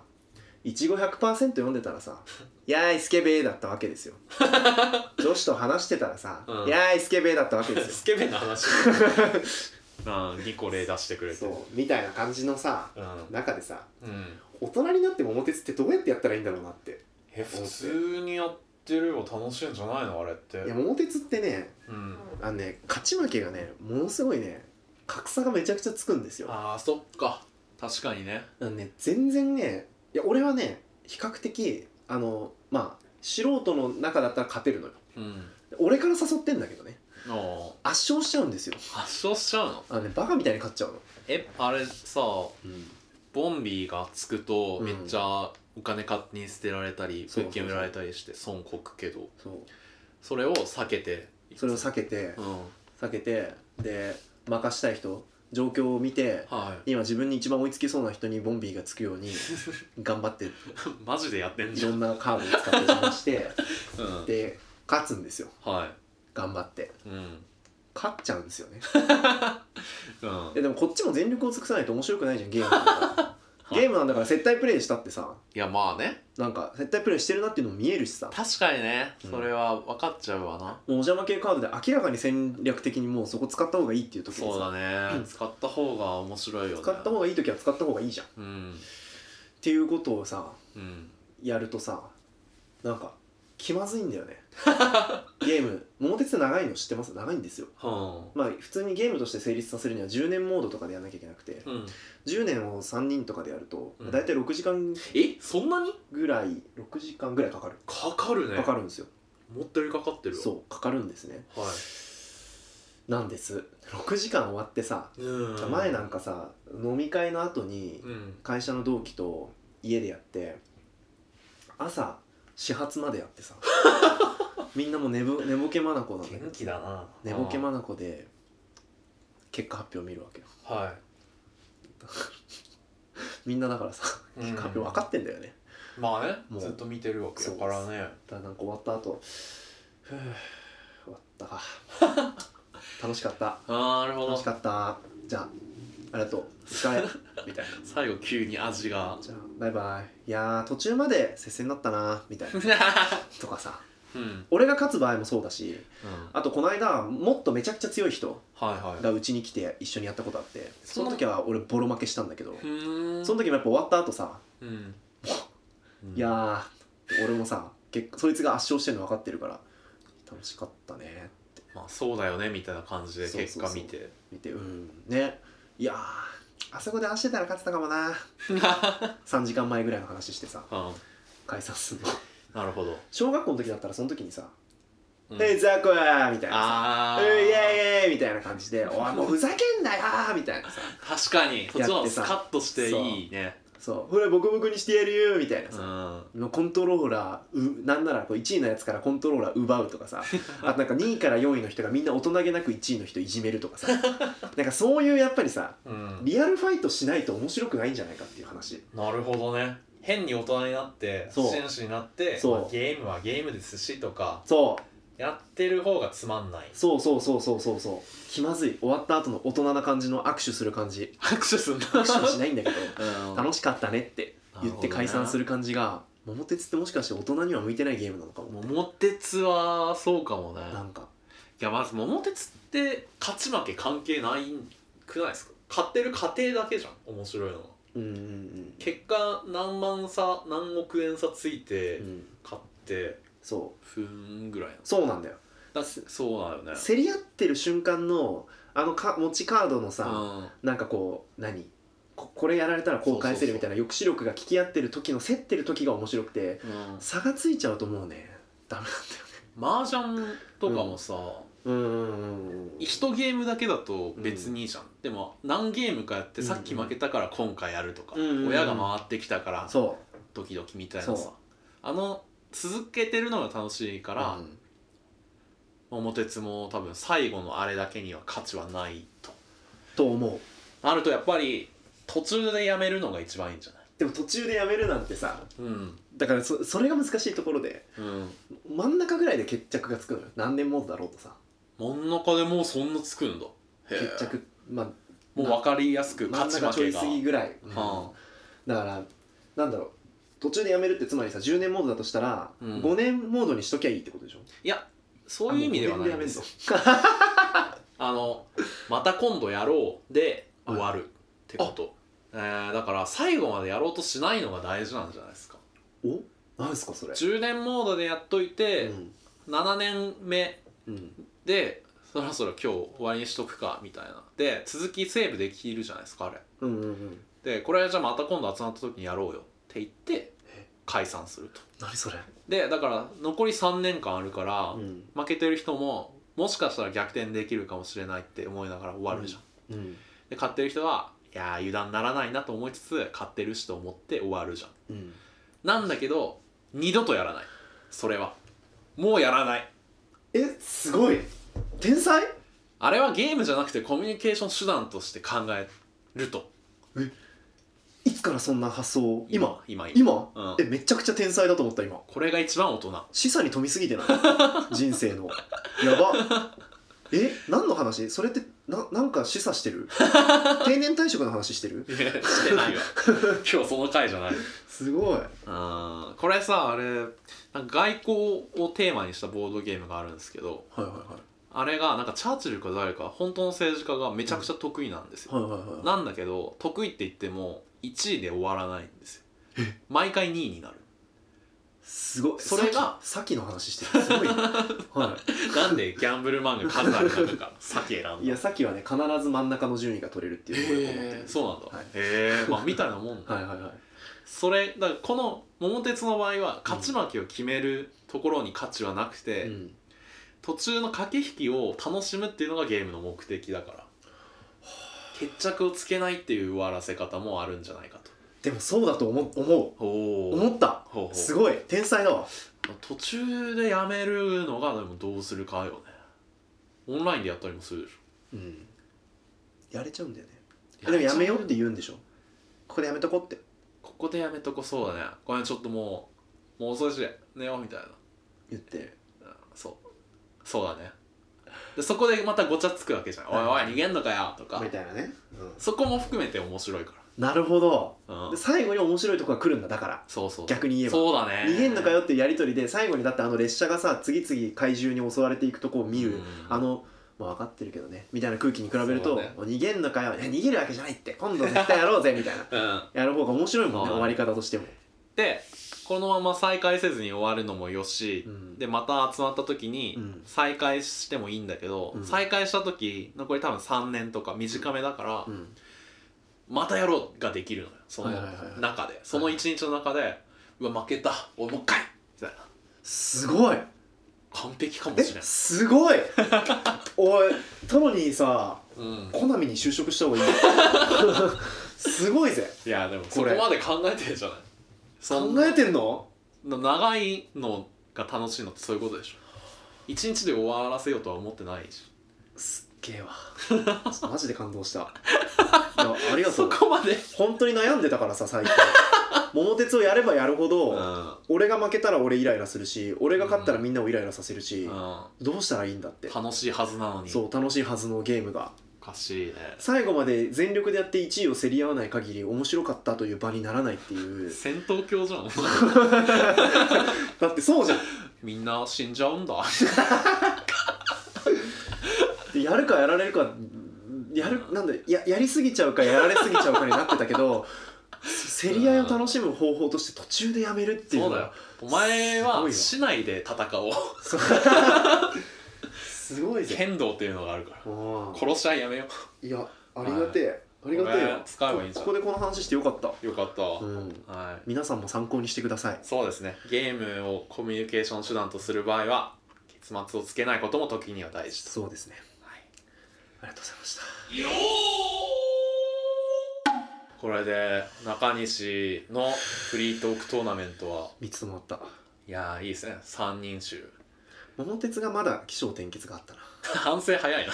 Speaker 2: いちご100%読んでたら さ「やーいスケベー」だったわけです よ女子と話してたらさ「
Speaker 1: うん
Speaker 2: やーいスケベー」だったわけですよ
Speaker 1: スケベな 話あ2個例出してくれて
Speaker 2: そうみたいな感じのさ
Speaker 1: う
Speaker 2: 中でさ
Speaker 1: ん、うん、
Speaker 2: 大人になって桃鉄ってどうやってやったらいいんだろうなって
Speaker 1: え普通にやってるよ楽しいんじゃないのあれって
Speaker 2: いや桃鉄ってね
Speaker 1: うん、
Speaker 2: あのね勝ち負けがねものすごいね格差がめちゃくちゃつくんですよあ
Speaker 1: あーそっか確かにね
Speaker 2: のね全然ねいや俺はね比較的あのまあ素人の中だったら勝てるのよ
Speaker 1: うん
Speaker 2: 俺から誘ってんだけどね
Speaker 1: あ
Speaker 2: 圧勝しちゃうんですよ
Speaker 1: あ発症しちゃうの
Speaker 2: あのねバカみたいに勝っちゃうの、
Speaker 1: えあれさボンビーがつくと
Speaker 2: うん
Speaker 1: めっちゃお金勝手に捨てられたり
Speaker 2: そうそ
Speaker 1: 物
Speaker 2: うそう
Speaker 1: 件売られたりして損こくけど
Speaker 2: そう
Speaker 1: それを避けて
Speaker 2: それを避けて
Speaker 1: うん
Speaker 2: 避けてで任したい人状況を見て
Speaker 1: は
Speaker 2: 今自分に一番追いつけそうな人にボンビーがつくように頑張って
Speaker 1: い マジでやってん
Speaker 2: い
Speaker 1: じゃ
Speaker 2: ろ
Speaker 1: ん、うん
Speaker 2: んなカーブを使って邪魔して、で勝つんですよ
Speaker 1: は
Speaker 2: 頑張って
Speaker 1: いうん
Speaker 2: 勝っちゃうんですよね
Speaker 1: うん
Speaker 2: えでもこっちも全力を尽くさないと面白くないじゃんゲームなんだからゲームなんだから接待プレイしたってさ
Speaker 1: いやまあね
Speaker 2: なんか接待プレイしてるなっていうのも見えるしさ
Speaker 1: 確かにね
Speaker 2: うん
Speaker 1: それは分かっちゃうわな、
Speaker 2: もうお邪魔系カードで明らかに戦略的にもうそこ使った方がいいっていう時に
Speaker 1: そう
Speaker 2: さ
Speaker 1: だね、
Speaker 2: うん
Speaker 1: 使った方が面白いよね
Speaker 2: 使った方がいい時は使った方がいいじゃんっ
Speaker 1: うん
Speaker 2: ていうことをさ
Speaker 1: うん
Speaker 2: やるとさなんか気まずいんだよ ねゲーム桃鉄って長いの知ってます長いんですよ
Speaker 1: は
Speaker 2: まあ普通にゲームとして成立させるには10年モードとかでやんなきゃいけなくて
Speaker 1: あうん
Speaker 2: 10年を3人とかでやると
Speaker 1: うん
Speaker 2: 大体6時間
Speaker 1: えそんなに
Speaker 2: ぐらい6時間ぐらいかかる
Speaker 1: かかるね
Speaker 2: かかるんですよ
Speaker 1: 思ったよりかかってるわ
Speaker 2: そうかかるんですね
Speaker 1: は
Speaker 2: なんです6時間終わってさ
Speaker 1: いうん
Speaker 2: 前なんかさ飲み会の後に
Speaker 1: うん
Speaker 2: 会社の同期と家でやって朝始発までやって さみんなもう寝ぼ寝ぼけ眼なんだけど
Speaker 1: 元気だな
Speaker 2: 寝ぼけ
Speaker 1: ま
Speaker 2: 眼で結果発表見るわけよ
Speaker 1: は
Speaker 2: みんなだからさ
Speaker 1: い
Speaker 2: 結果発表分
Speaker 1: っ
Speaker 2: かってんだよね
Speaker 1: まあね
Speaker 2: もう
Speaker 1: ずっと見てるわけだからね
Speaker 2: だからなんか終わった後ふぅ終わったか 楽しかった
Speaker 1: あーなるほ
Speaker 2: 楽し
Speaker 1: ど
Speaker 2: かったじゃあありがとうお疲れみたい
Speaker 1: 最後急に味が
Speaker 2: なじゃあバイバイいやー途中まで接戦だったなみたいなとかさ
Speaker 1: うんうん
Speaker 2: 俺が勝つ場合もそうだしあとこの間もっとめちゃくちゃ強い人
Speaker 1: はいは
Speaker 2: がうちに来て一緒にやったことあって
Speaker 1: そ
Speaker 2: そ
Speaker 1: んな
Speaker 2: の時は俺ボロ負けしたんだけど
Speaker 1: いうん
Speaker 2: その時もやっぱ終わった後さ
Speaker 1: うん
Speaker 2: いやー俺もさ結構そいつが圧勝してるの分かってるから楽しかったね
Speaker 1: まあそうだよねみたいな感じで
Speaker 2: そう
Speaker 1: 結
Speaker 2: そう
Speaker 1: 果
Speaker 2: そう
Speaker 1: 見て
Speaker 2: 見てうんねいやーあそこで足してたら勝ってたか もな3時間前ぐらいの話してさ
Speaker 1: うん
Speaker 2: 解散する の
Speaker 1: なるほど、
Speaker 2: 小学校の時だったらその時にさ
Speaker 1: う
Speaker 2: 「
Speaker 1: ん
Speaker 2: えいザコや!」みたいなさ
Speaker 1: あ
Speaker 2: 「う
Speaker 1: ー
Speaker 2: んイエーイ!」みたいな感じで「おいもうふざけんなよ!」みたいなさ
Speaker 1: 確かにそっちの方がスカッとしていいね
Speaker 2: 「そうほらボコボコにしてやるよ!」みたいな
Speaker 1: う
Speaker 2: さ、
Speaker 1: ん
Speaker 2: のコントローラーうなんならこう1位のやつからコントローラー奪うとかさあとなんか2位から4位の人がみんな大人げなく1位の人いじめるとかさなんかそういうやっぱりさ
Speaker 1: うん
Speaker 2: リアルファイトしないと面白くないんじゃないかっていう話
Speaker 1: なるほどね変に大人になって
Speaker 2: そう
Speaker 1: 紳士になって、
Speaker 2: そう
Speaker 1: まあゲームはゲームですしとか
Speaker 2: そう
Speaker 1: やってる方がつまんない
Speaker 2: そうそうそうそうそうそう気まずい終わった後の大人な感じの握手する感じ
Speaker 1: 拍手すんだ
Speaker 2: 握手はしないんだ け
Speaker 1: うん
Speaker 2: ど楽しかったねって言って解散す
Speaker 1: る
Speaker 2: る感じが「桃鉄」ってもしかして大人には向いてないゲームなのかも
Speaker 1: 桃鉄はそうかもね
Speaker 2: なんか
Speaker 1: いやまず桃鉄って勝ち負け関係ないくないですか買ってる過程だけじゃん面白いのは
Speaker 2: うんうんうん
Speaker 1: 結果何万差何億円差ついて
Speaker 2: うん
Speaker 1: 買って
Speaker 2: そう
Speaker 1: ふーんぐらいな
Speaker 2: そうなんだよ
Speaker 1: だそうなのよね
Speaker 2: 競り合ってる瞬間のあのか持ちカードのさ、
Speaker 1: うん
Speaker 2: なんかこう何ここれやられたらこう返せるみたいな抑止力が利き合ってる時の競ってる時が面白くて
Speaker 1: うん
Speaker 2: 差がついちゃうともうねダメなんだよ
Speaker 1: 麻雀とかもさ、
Speaker 2: うんうんうんうん
Speaker 1: 一ゲームだけだと別にいいじゃん、でも何ゲームかやって
Speaker 2: うん
Speaker 1: さっき負けたから今回やるとか、
Speaker 2: うんうん
Speaker 1: 親が回ってきたから
Speaker 2: そ
Speaker 1: ドキドキみたいな
Speaker 2: そ
Speaker 1: さ
Speaker 2: う
Speaker 1: あの続けてるのが楽しいか
Speaker 2: う
Speaker 1: ら、
Speaker 2: うん
Speaker 1: 桃鉄も多分最後のあれだけには価値はないと
Speaker 2: と思う
Speaker 1: なるとやっぱり途中でやめるのが一番いいんじゃない
Speaker 2: でも途中でやめるなんてさ
Speaker 1: うん
Speaker 2: だからそそれが難しいところで
Speaker 1: うん
Speaker 2: 真ん中ぐらいで決着がつくのよ何年もだろうとさ
Speaker 1: 真ん中でもうそんなつくんだへえ
Speaker 2: 決着まあ
Speaker 1: もう分かりやすく
Speaker 2: 真
Speaker 1: 勝
Speaker 2: ん
Speaker 1: ち
Speaker 2: 中
Speaker 1: 負
Speaker 2: ちょ
Speaker 1: け
Speaker 2: い
Speaker 1: が
Speaker 2: 過ぎぐらい、うん
Speaker 1: は
Speaker 2: だからなんだろう途中でやめるってつまりさ10年モードだとしたら、
Speaker 1: うん
Speaker 2: 5年モードにしときゃいいってことでしょ
Speaker 1: いやそういう意味ではない
Speaker 2: あもう五年やめん
Speaker 1: で
Speaker 2: の
Speaker 1: すあのまた今度やろうで終わるってこと、えーだから最後までやろうとしないのが大事なんじゃないですか
Speaker 2: おなんですかそれ
Speaker 1: 10年モードでやっといて、
Speaker 2: うん
Speaker 1: 7年目
Speaker 2: うん
Speaker 1: でそろそろ今日終わりにしとくかみたいなで続きセーブできるじゃないですかあれ
Speaker 2: うんうんうん
Speaker 1: でこれじゃあまた今度集まった時にやろうよって言って
Speaker 2: え
Speaker 1: 解散すると
Speaker 2: 何それ、
Speaker 1: でだから残り3年間あるから、
Speaker 2: うん
Speaker 1: 負けてる人ももしかしたら逆転できるかもしれないって思いながら終わるじゃん、
Speaker 2: うん
Speaker 1: で勝ってる人はいやー油断ならないなと思いつつ勝ってるしと思って終わるじゃん
Speaker 2: うん、
Speaker 1: なんだけど二度とやらないそれはもうやらない
Speaker 2: えすごい天才
Speaker 1: あれはゲームじゃなくてコミュニケーション手段として考えると
Speaker 2: いつからそんな発想を今
Speaker 1: 今今
Speaker 2: 今、
Speaker 1: うん
Speaker 2: えめちゃくちゃ天才だと思った今
Speaker 1: これが一番大人
Speaker 2: 示唆に富みすぎてない 人生のやばえ何の話それってななんか示唆して る定年退職の話してる
Speaker 1: してないわ 今日その回じゃない
Speaker 2: すご
Speaker 1: う
Speaker 2: い
Speaker 1: んこれさあれなんか外交をテーマにしたボードゲームがあるんですけど
Speaker 2: はいは
Speaker 1: あれがなんかチャーチルか誰か本当の政治家がめちゃくちゃ得意なんですよ、
Speaker 2: いはいはいはいはい
Speaker 1: なんだけど得意って言っても1位で終わらないんですよ毎回2位になる
Speaker 2: すごい
Speaker 1: それが
Speaker 2: さっきさっきの話してるすごい、は
Speaker 1: なんでギャンブル漫画数ある中から先選んだ
Speaker 2: い、いやさっきはね必ず真ん中の順位が取れるっていうところだと思って
Speaker 1: へ
Speaker 2: る
Speaker 1: ーそうなんだ、
Speaker 2: はい
Speaker 1: へえまあみたいなもんだ、
Speaker 2: はいはいはい
Speaker 1: それだからこの「桃鉄」の場合は勝ち負けを決めるところに価値はなくて、
Speaker 2: うん
Speaker 1: 途中の駆け引きを楽しむっていうのがゲームの目的だから決着をつけないっていう終わらせ方もあるんじゃないかと
Speaker 2: でもそうだと思う思
Speaker 1: お
Speaker 2: う思った
Speaker 1: ほうほう
Speaker 2: すごい天才だわ
Speaker 1: 途中でやめるのがでもどうするかよねオンラインでやったりもするでし
Speaker 2: うんやれちゃうんだよね
Speaker 1: ょ
Speaker 2: でもやめようって言うんでしょここでやめとこって
Speaker 1: ここでやめとこそうだねこれちょっともうもう遅いし寝ようみたいな
Speaker 2: 言って
Speaker 1: うんそうそうだねでそこでまたごちゃつくわけじゃん「おいおい逃げんのかよ」とか
Speaker 2: みたいなね、
Speaker 1: そこも含めて面白いか
Speaker 2: なるほど
Speaker 1: らう
Speaker 2: で
Speaker 1: ん
Speaker 2: 最後に面白いとこが来るんだだから
Speaker 1: そうそう
Speaker 2: 逆に言えば
Speaker 1: そうだね
Speaker 2: 逃げんのかよっていうやり取りで最後にだってあの列車がさ次々怪獣に襲われていくとこを見る、
Speaker 1: うん
Speaker 2: あのまあ分かってるけどねみたいな空気に比べる
Speaker 1: そ
Speaker 2: と、
Speaker 1: うだね
Speaker 2: お逃げんのかよいや逃げるわけ じゃないって今度絶対やろうぜみたいな
Speaker 1: うん
Speaker 2: やる方が面白いもんね
Speaker 1: そう
Speaker 2: 終
Speaker 1: だ
Speaker 2: わ
Speaker 1: ね
Speaker 2: り方としても
Speaker 1: でこのまま再開せずに終わるのもよし、
Speaker 2: うん
Speaker 1: でまた集まった時に
Speaker 2: うん
Speaker 1: 再開してもいいんだけど、
Speaker 2: うん
Speaker 1: 再開した時残り多分3年とか短めだから、
Speaker 2: うん
Speaker 1: またやろうができるのよその
Speaker 2: はいはいはいはい
Speaker 1: 中でその一日の中で、うわ負けた俺もう一回みたいな
Speaker 2: すごい
Speaker 1: 完璧かも
Speaker 2: え
Speaker 1: しれない、
Speaker 2: すごい おいトロニーさ
Speaker 1: うん、
Speaker 2: コナミに就職した方がいいよ すごいぜ
Speaker 1: いやでもそ
Speaker 2: こ
Speaker 1: こ
Speaker 2: れ
Speaker 1: まで考えてるじゃないそ
Speaker 2: 考
Speaker 1: んな
Speaker 2: えてんの
Speaker 1: 長いのが楽しいのってそういうことでしょ一日で終わらせようとは思ってないし
Speaker 2: すっげえわちょっ とマジで感動したいやありがと
Speaker 1: そうこまで、
Speaker 2: 本当に悩んでたからさ最近桃鉄をやればやるほど、
Speaker 1: うん
Speaker 2: 俺が負けたら俺イライラするし俺が勝ったらみんなをイライラさせるし、
Speaker 1: う
Speaker 2: どうしたらいいんだって
Speaker 1: ん、楽しいはずなのに
Speaker 2: そう楽しいはずのゲームが
Speaker 1: おかしいね
Speaker 2: 最後まで全力でやって1位を競り合わない限り面白かったという場にならないってい う
Speaker 1: 戦闘狂じゃん
Speaker 2: だってそうじゃん
Speaker 1: みんな死んじゃうんだ
Speaker 2: でやるかやられるかやるなんだややりすぎちゃうかやられすぎちゃうかになってたけど 競り合いを楽しむ方法として途中でやめるっていう
Speaker 1: そう
Speaker 2: の
Speaker 1: だ
Speaker 2: は
Speaker 1: よお前
Speaker 2: すごい
Speaker 1: は
Speaker 2: よ
Speaker 1: 市内で戦 おう
Speaker 2: そう すごいぜ
Speaker 1: 剣道っていうのがあるから
Speaker 2: うん
Speaker 1: 殺し合いやめよ
Speaker 2: いやありがてえ、ありがてえよ
Speaker 1: これ使えばいいじゃん
Speaker 2: ここでこの話してよかった、
Speaker 1: うよかった、
Speaker 2: うん、
Speaker 1: はい
Speaker 2: 皆さんも参考にしてください
Speaker 1: そうですねゲームをコミュニケーション手段とする場合は結末をつけないことも時には大事と、
Speaker 2: そうですね
Speaker 1: はい
Speaker 2: ありがとうございました
Speaker 1: これで中西のフリートークトーナメントは
Speaker 2: 3つともあった
Speaker 1: いやーいいですね三人衆
Speaker 2: 桃鉄がまだ起承転結があったな
Speaker 1: 反省早いない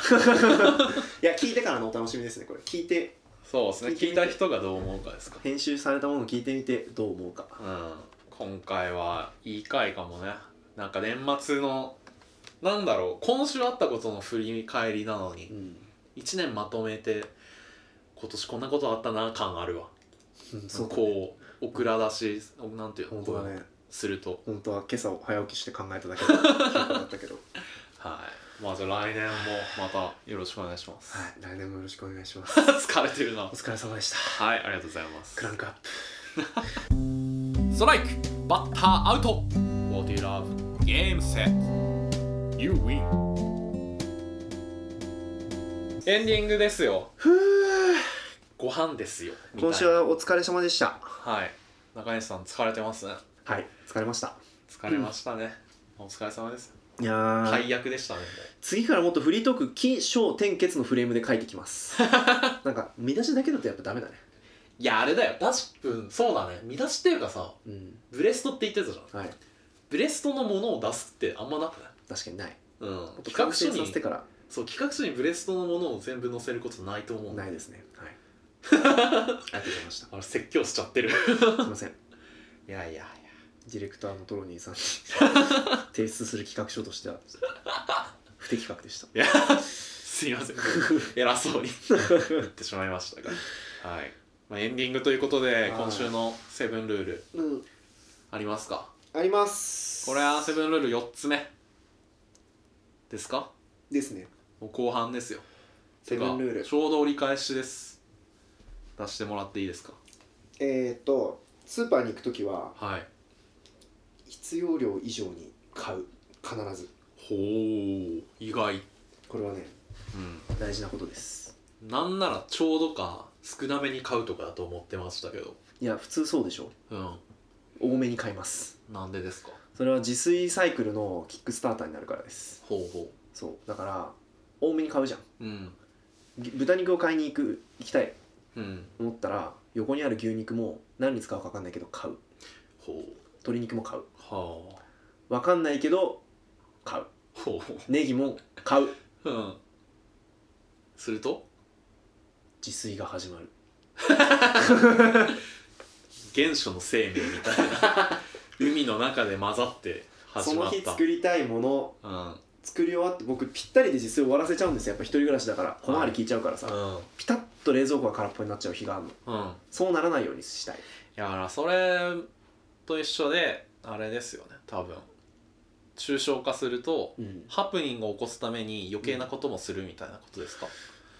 Speaker 2: や聞いてからのお楽しみですねこれ聞いて
Speaker 1: そうですね聞いた人がどう思うかですか
Speaker 2: 編集されたものを聞いてみてどう思うか
Speaker 1: うん今回はいい回かもねなんか年末のなんだろう今週あったことの振り返りなの
Speaker 2: う
Speaker 1: に
Speaker 2: ん、
Speaker 1: 1年まとめて今年こんなことあったな感あるわ
Speaker 2: うん、そうだ
Speaker 1: こうオクラだしなんていうの
Speaker 2: 本当だね
Speaker 1: すると
Speaker 2: 本当は今朝早起きして考えただけ だだったけど
Speaker 1: はいまあじゃあ来年もまたよろしくお願いします
Speaker 2: はい来年もよろしくお願いしま す
Speaker 1: 疲れてるな
Speaker 2: お疲れ様でした
Speaker 1: はいありがとうございます
Speaker 2: クランクアップ
Speaker 1: ストライクバッターアウト What you love ゲームセット You win エンディングですよ
Speaker 2: ふう
Speaker 1: ご飯ですよみたい
Speaker 2: 今
Speaker 1: な
Speaker 2: 週はお疲れ様でした
Speaker 1: はい中西さん疲れてますね
Speaker 2: はい疲れました
Speaker 1: 疲れましたね、お疲れ様です
Speaker 2: いやー、
Speaker 1: 解約でしたね
Speaker 2: 次からもっとフリートーク「起承転結」のフレームで書いてきます なんか見出しだけだとやっぱダメだね
Speaker 1: いやあれだよダシうんそうだね見出しっていうかさ
Speaker 2: うん
Speaker 1: ブレストって言ってたじゃん
Speaker 2: はい
Speaker 1: ブレストのものを出すってあんまなくない
Speaker 2: 確かにない
Speaker 1: うん
Speaker 2: もっと
Speaker 1: 企画
Speaker 2: 完
Speaker 1: 書
Speaker 2: 成さ
Speaker 1: に
Speaker 2: せてから
Speaker 1: そう企画書にブレストのものを全部載せることないと思う
Speaker 2: ないですねはい ありがとうございました
Speaker 1: あれ説教しちゃってる
Speaker 2: すいません
Speaker 1: いやいやいや
Speaker 2: ディレクターのトロ ニーさんに提出する企画書としては不適格でした
Speaker 1: すいま せん偉そうに言ってしまいましたがはい、まあ、エンディングということで
Speaker 2: はい
Speaker 1: 今週の「セブンルール
Speaker 2: うん」
Speaker 1: ありますか
Speaker 2: あります
Speaker 1: これはセブンルール4つ目ですか
Speaker 2: ですね
Speaker 1: もう後半ですよ
Speaker 2: セブンルール
Speaker 1: てかちょうど折り返しです出してもらっていいですか
Speaker 2: えっ、とスーパーに行く時は
Speaker 1: はい
Speaker 2: 必要量以上に買う必ず
Speaker 1: ほう意外
Speaker 2: これはね
Speaker 1: うん
Speaker 2: 大事なことです
Speaker 1: なんならちょうどか少なめに買うとかだと思ってましたけど
Speaker 2: いや普通そうでしょ
Speaker 1: うん
Speaker 2: 多めに買います
Speaker 1: なんでですか
Speaker 2: それは自炊サイクルのキックスターターになるからです
Speaker 1: ほうほ
Speaker 2: そうだから多めに買うじゃん
Speaker 1: ううん
Speaker 2: ぎ豚肉を買いに行く行きたい
Speaker 1: うん
Speaker 2: 思ったら横にある牛肉も何に使うか分かんないけど買う
Speaker 1: ほう
Speaker 2: 鶏肉も買う
Speaker 1: はあ
Speaker 2: 分かんないけど買う
Speaker 1: ほ
Speaker 2: ネギも買う
Speaker 1: ううんすると
Speaker 2: 自炊が始まる
Speaker 1: 原初の生命みたい な海の中で混ざって
Speaker 2: そ
Speaker 1: 始ま
Speaker 2: の
Speaker 1: った
Speaker 2: 日作りたいもの
Speaker 1: うん
Speaker 2: 作り終わって僕ぴったりで自炊終わらせちゃうんですよやっぱ一人暮らしだから小回り聞いちゃうからさ、
Speaker 1: うん
Speaker 2: ピタッと冷蔵庫が空っぽになっちゃう日があるの
Speaker 1: うん
Speaker 2: そうならないようにしたい
Speaker 1: いやだからそれと一緒であれですよね多分抽象化すると
Speaker 2: うん
Speaker 1: ハプニングを起こすために余計なこともするみたいなことですか、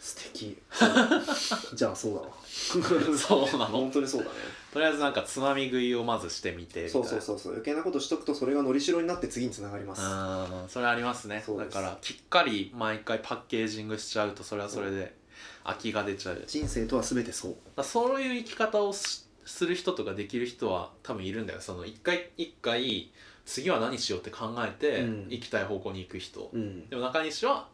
Speaker 2: 素敵 じゃあそうだわ
Speaker 1: そうなの
Speaker 2: 本当にそうだね
Speaker 1: とりあえずなんかつまみ食いをまずしてみてみた
Speaker 2: そうそうそうそう余計なことしとくとそれがのりしろになって次につながります
Speaker 1: うんそれありますね
Speaker 2: そう
Speaker 1: だ
Speaker 2: です
Speaker 1: からきっかり毎回パッケージングしちゃうとそれはそれで空きが出ちゃうだか
Speaker 2: 人生とは全てそう
Speaker 1: らそういう生き方をしする人とかできる人は多分いるんだよその一回一回次は何しようって考えて
Speaker 2: うん
Speaker 1: 行きたい方向に行く人、
Speaker 2: うん
Speaker 1: でも中西は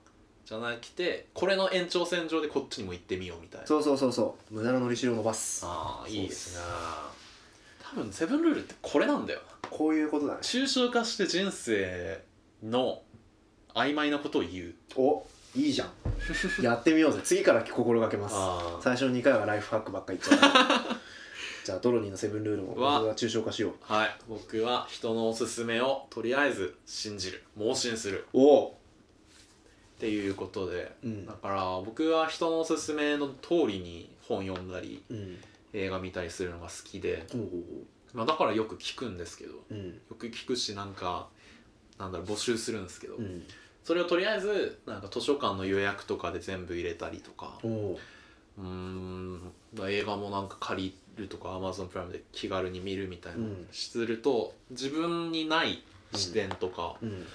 Speaker 1: じゃなくてこれの延長線上でこっちにも行ってみようみたいな
Speaker 2: そうそうそうそう無駄なのりしろを伸ばす
Speaker 1: ああいいですね
Speaker 2: そ
Speaker 1: 多分セブンルールってこれなんだよな
Speaker 2: こういうことだね
Speaker 1: 抽象化して人生の曖昧なことを言う
Speaker 2: おいいじ ゃんやってみようぜ次から心がけます
Speaker 1: あ
Speaker 2: 最初の2回はライフハックばっかり 言っちゃうじゃあドロニーのセブンルールも僕
Speaker 1: わ
Speaker 2: が抽象化しよう
Speaker 1: はい僕は人のおすすめをとりあえず信じる盲信する
Speaker 2: おお
Speaker 1: っていうことで
Speaker 2: う
Speaker 1: だ
Speaker 2: ん
Speaker 1: から僕は人のおすすめの通りに本読んだり
Speaker 2: うん
Speaker 1: 映画見たりするのが好きで、
Speaker 2: おお
Speaker 1: まあ、だからよく聞くんですけど
Speaker 2: うん
Speaker 1: よく聞くしなんかなんだろう募集するんですけど、
Speaker 2: うん
Speaker 1: それをとりあえずなんか図書館の予約とかで全部入れたりとか
Speaker 2: おお
Speaker 1: うーん映画もなんか借りるとか Amazon プライムで気軽に見るみたいな、
Speaker 2: うん
Speaker 1: すると自分にない視点とか、
Speaker 2: うん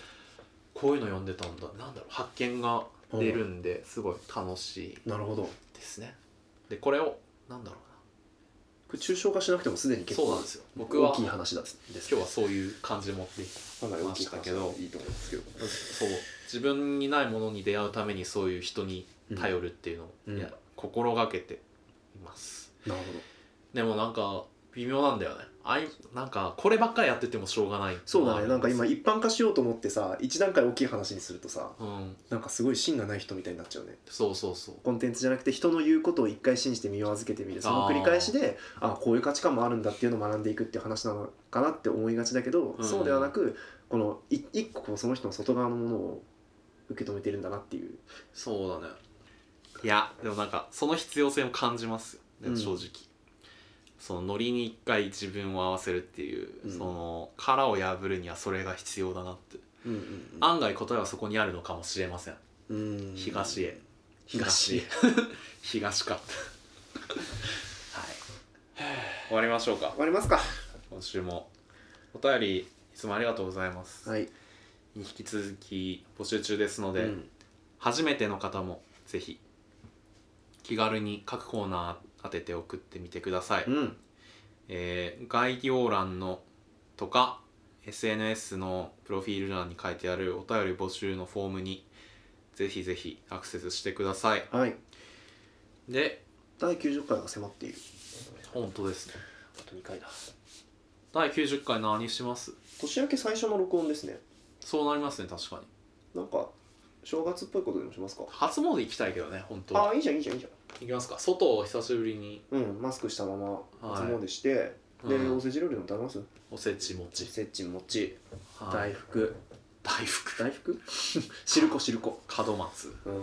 Speaker 1: こういうの読んでたんだなんだろう発見が出るんですごい楽しい
Speaker 2: なるほど
Speaker 1: ですね。でこれをなんだろ
Speaker 2: これ抽象化しなくてもすでに
Speaker 1: うな
Speaker 2: 結
Speaker 1: そう
Speaker 2: 構
Speaker 1: なんですよ僕は
Speaker 2: 大きい
Speaker 1: 今
Speaker 2: 話だです
Speaker 1: 日はそういう感じで持って
Speaker 2: かなり大きい
Speaker 1: ました
Speaker 2: 話
Speaker 1: けど
Speaker 2: いいと思うんですけど
Speaker 1: そう自分にないものに出会うためにそういう人に頼るっていうのを、
Speaker 2: うん
Speaker 1: いや心がけています
Speaker 2: なるほど
Speaker 1: でもなんか微妙なんだよねあいなんかこればっかりやっててもしょうがない
Speaker 2: そうだねなんか今
Speaker 1: うん
Speaker 2: 一般化しようと思ってさ一段階大きい話にするとさ
Speaker 1: うん
Speaker 2: なんかすごい芯がない人みたいになっちゃうね
Speaker 1: そうそうそう
Speaker 2: コンテンツじゃなくて人の言うことを一回信じて身を預けてみるその繰り返しであこういう価値観もあるんだっていうのを学んでいくっていう話なのかなって思いがちだけど、
Speaker 1: うん
Speaker 2: そうではなくこのい一個こうその人の外側のものを受け止めてるんだなっていう
Speaker 1: そうだねいやでもなんかその必要性を感じますよ、ね
Speaker 2: うん
Speaker 1: 正直そのノリに一回自分を合わせるっていう、
Speaker 2: うん
Speaker 1: その殻を破るにはそれが必要だなって、
Speaker 2: うん
Speaker 1: 案外答えはそこにあるのかもしれません
Speaker 2: うん
Speaker 1: 東へ
Speaker 2: 東へ
Speaker 1: 東 かはい 終わりましょうか
Speaker 2: 終わりますか
Speaker 1: 今週もお便りいつもありがとうございます、
Speaker 2: はい、
Speaker 1: 引き続き募集中ですの
Speaker 2: う
Speaker 1: で、
Speaker 2: ん、
Speaker 1: 初めての方もぜひ気軽に各コーナー当てて送ってみてください、
Speaker 2: うん
Speaker 1: えー概要欄のとか SNS のプロフィール欄に書いてあるお便り募集のフォームにぜひぜひアクセスしてください
Speaker 2: はい
Speaker 1: で
Speaker 2: 第90回が迫っている
Speaker 1: 本当ですね
Speaker 2: あと2回だ
Speaker 1: 第90回何します
Speaker 2: 年明け最初の録音ですね
Speaker 1: そうなりますね確かに
Speaker 2: なんか正月っぽいことでもしますか
Speaker 1: 初詣行きたいけどね本当
Speaker 2: あ
Speaker 1: は
Speaker 2: あいいじゃんいいじゃんいいじ
Speaker 1: 行きますか外を久しぶりに、
Speaker 2: ゃんうんマスクしたまま
Speaker 1: はい
Speaker 2: 初詣して、
Speaker 1: う
Speaker 2: で、
Speaker 1: ん
Speaker 2: おせち料理でも食べます
Speaker 1: おせち餅、
Speaker 2: せちもち
Speaker 1: は
Speaker 2: 大
Speaker 1: い、
Speaker 2: 福
Speaker 1: 大福
Speaker 2: 大福 汁粉汁粉
Speaker 1: 門松
Speaker 2: うん
Speaker 1: い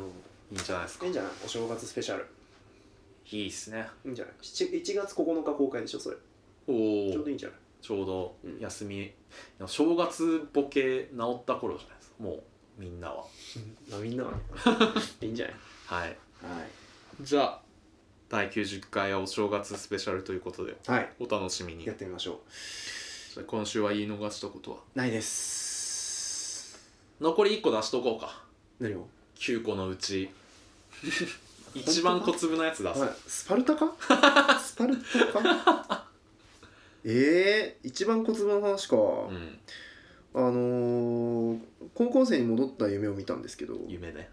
Speaker 1: いんじゃないですか
Speaker 2: いいんじゃないお正月スペシャル
Speaker 1: いいっすね
Speaker 2: いいんじゃない7 1月9日公開でしょそれ
Speaker 1: おお
Speaker 2: ちょうどいいんじゃない
Speaker 1: ちょうど
Speaker 2: うん
Speaker 1: 休み、正月ボケ治った頃じゃないですかもうみんなは
Speaker 2: まあみん なはいいんじゃない
Speaker 1: はい
Speaker 2: はい
Speaker 1: じゃあ第90回はお正月スペシャルということで
Speaker 2: はい
Speaker 1: お楽しみに
Speaker 2: やってみましょう
Speaker 1: じゃあ今週は言い逃したことは
Speaker 2: ないです
Speaker 1: 残り1個出しとこうか
Speaker 2: 何を
Speaker 1: 9個のう ち一番小粒なやつ出す、
Speaker 2: はいスパルタかスパルタかえー、一番小粒の話か、
Speaker 1: うん
Speaker 2: あのー高校生に戻った夢を見たんですけど、はい、
Speaker 1: 夢ね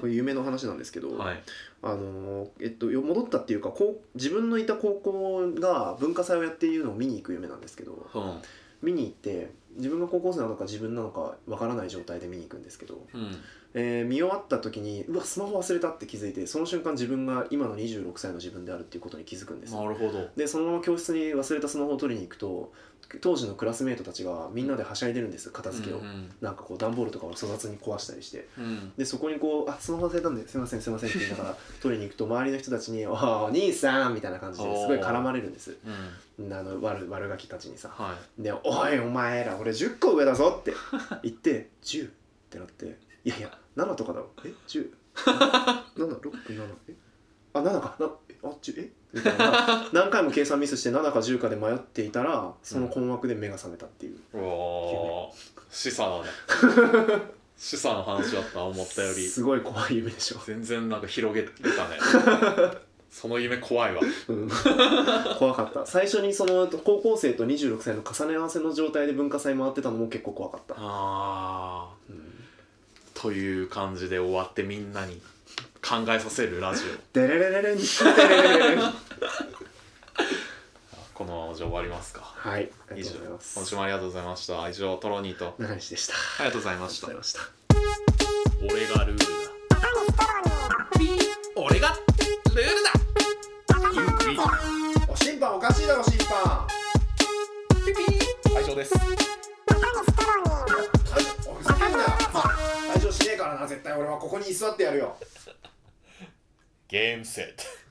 Speaker 2: これ夢の話なんですけど、
Speaker 1: はい
Speaker 2: あのーえっと、よ戻ったっていうかこう自分のいた高校が文化祭をやっているのを見に行く夢なんですけど
Speaker 1: うん
Speaker 2: 見に行って自分が高校生なのか自分なのかわからない状態で見に行くんですけど、
Speaker 1: うん
Speaker 2: えー見終わった時にうわスマホ忘れたって気づいてその瞬間自分が今の26歳の自分であるっていうことに気づくんですよ
Speaker 1: なるほど
Speaker 2: でそのまま教室に忘れたスマホを取りに行くと当時のクラスメートたちがみんなではしゃいでるんです片付けを、
Speaker 1: うん
Speaker 2: なんかこう段ボールとかを粗雑に壊したりして
Speaker 1: うんうん
Speaker 2: でそこにこう「あスマホ忘れたんですいませんすいません」って言いながら取りに行くと周りの人たちに「おーお兄さん」みたいな感じですごい絡まれるんです
Speaker 1: うん
Speaker 2: あの悪悪ガキたちにさ
Speaker 1: はい
Speaker 2: 「でおいお前ら俺10個上だぞ」って言って「10」ってなって「いやいや7とかだろえ10 7 6 7 7かなえあっちえみたいな何回も計算ミスして7か10かで迷っていたらその困惑で目が覚めたっていう、
Speaker 1: うわー示唆だね 示唆の話だった思ったより
Speaker 2: すごい怖い夢でしょ、
Speaker 1: 全然なんか広げてたねその夢怖いわ
Speaker 2: うん、怖かった最初にその高校生と26歳の重ね合わせの状態で文化祭回ってたのも結構怖かった、
Speaker 1: あ
Speaker 2: うん
Speaker 1: ーという感じで終わってみんなに考えさせるラジ
Speaker 2: デレレレレンデレレレレン
Speaker 1: オこのままじゃ終わりますか
Speaker 2: はいあり
Speaker 1: 以
Speaker 2: がと
Speaker 1: 上
Speaker 2: うございま
Speaker 1: 今
Speaker 2: す
Speaker 1: 週もありがとうございました以上トロニーと
Speaker 2: 中西でした
Speaker 1: ありがとうございま
Speaker 2: ありがとうございました
Speaker 1: 俺がルールだ俺がルールだピー
Speaker 2: お審判おかしいだろ審判
Speaker 1: 会場です
Speaker 2: 会場おいふざけんな会場しねえからな絶対俺はここに居座ってやるよ
Speaker 1: ゲームセット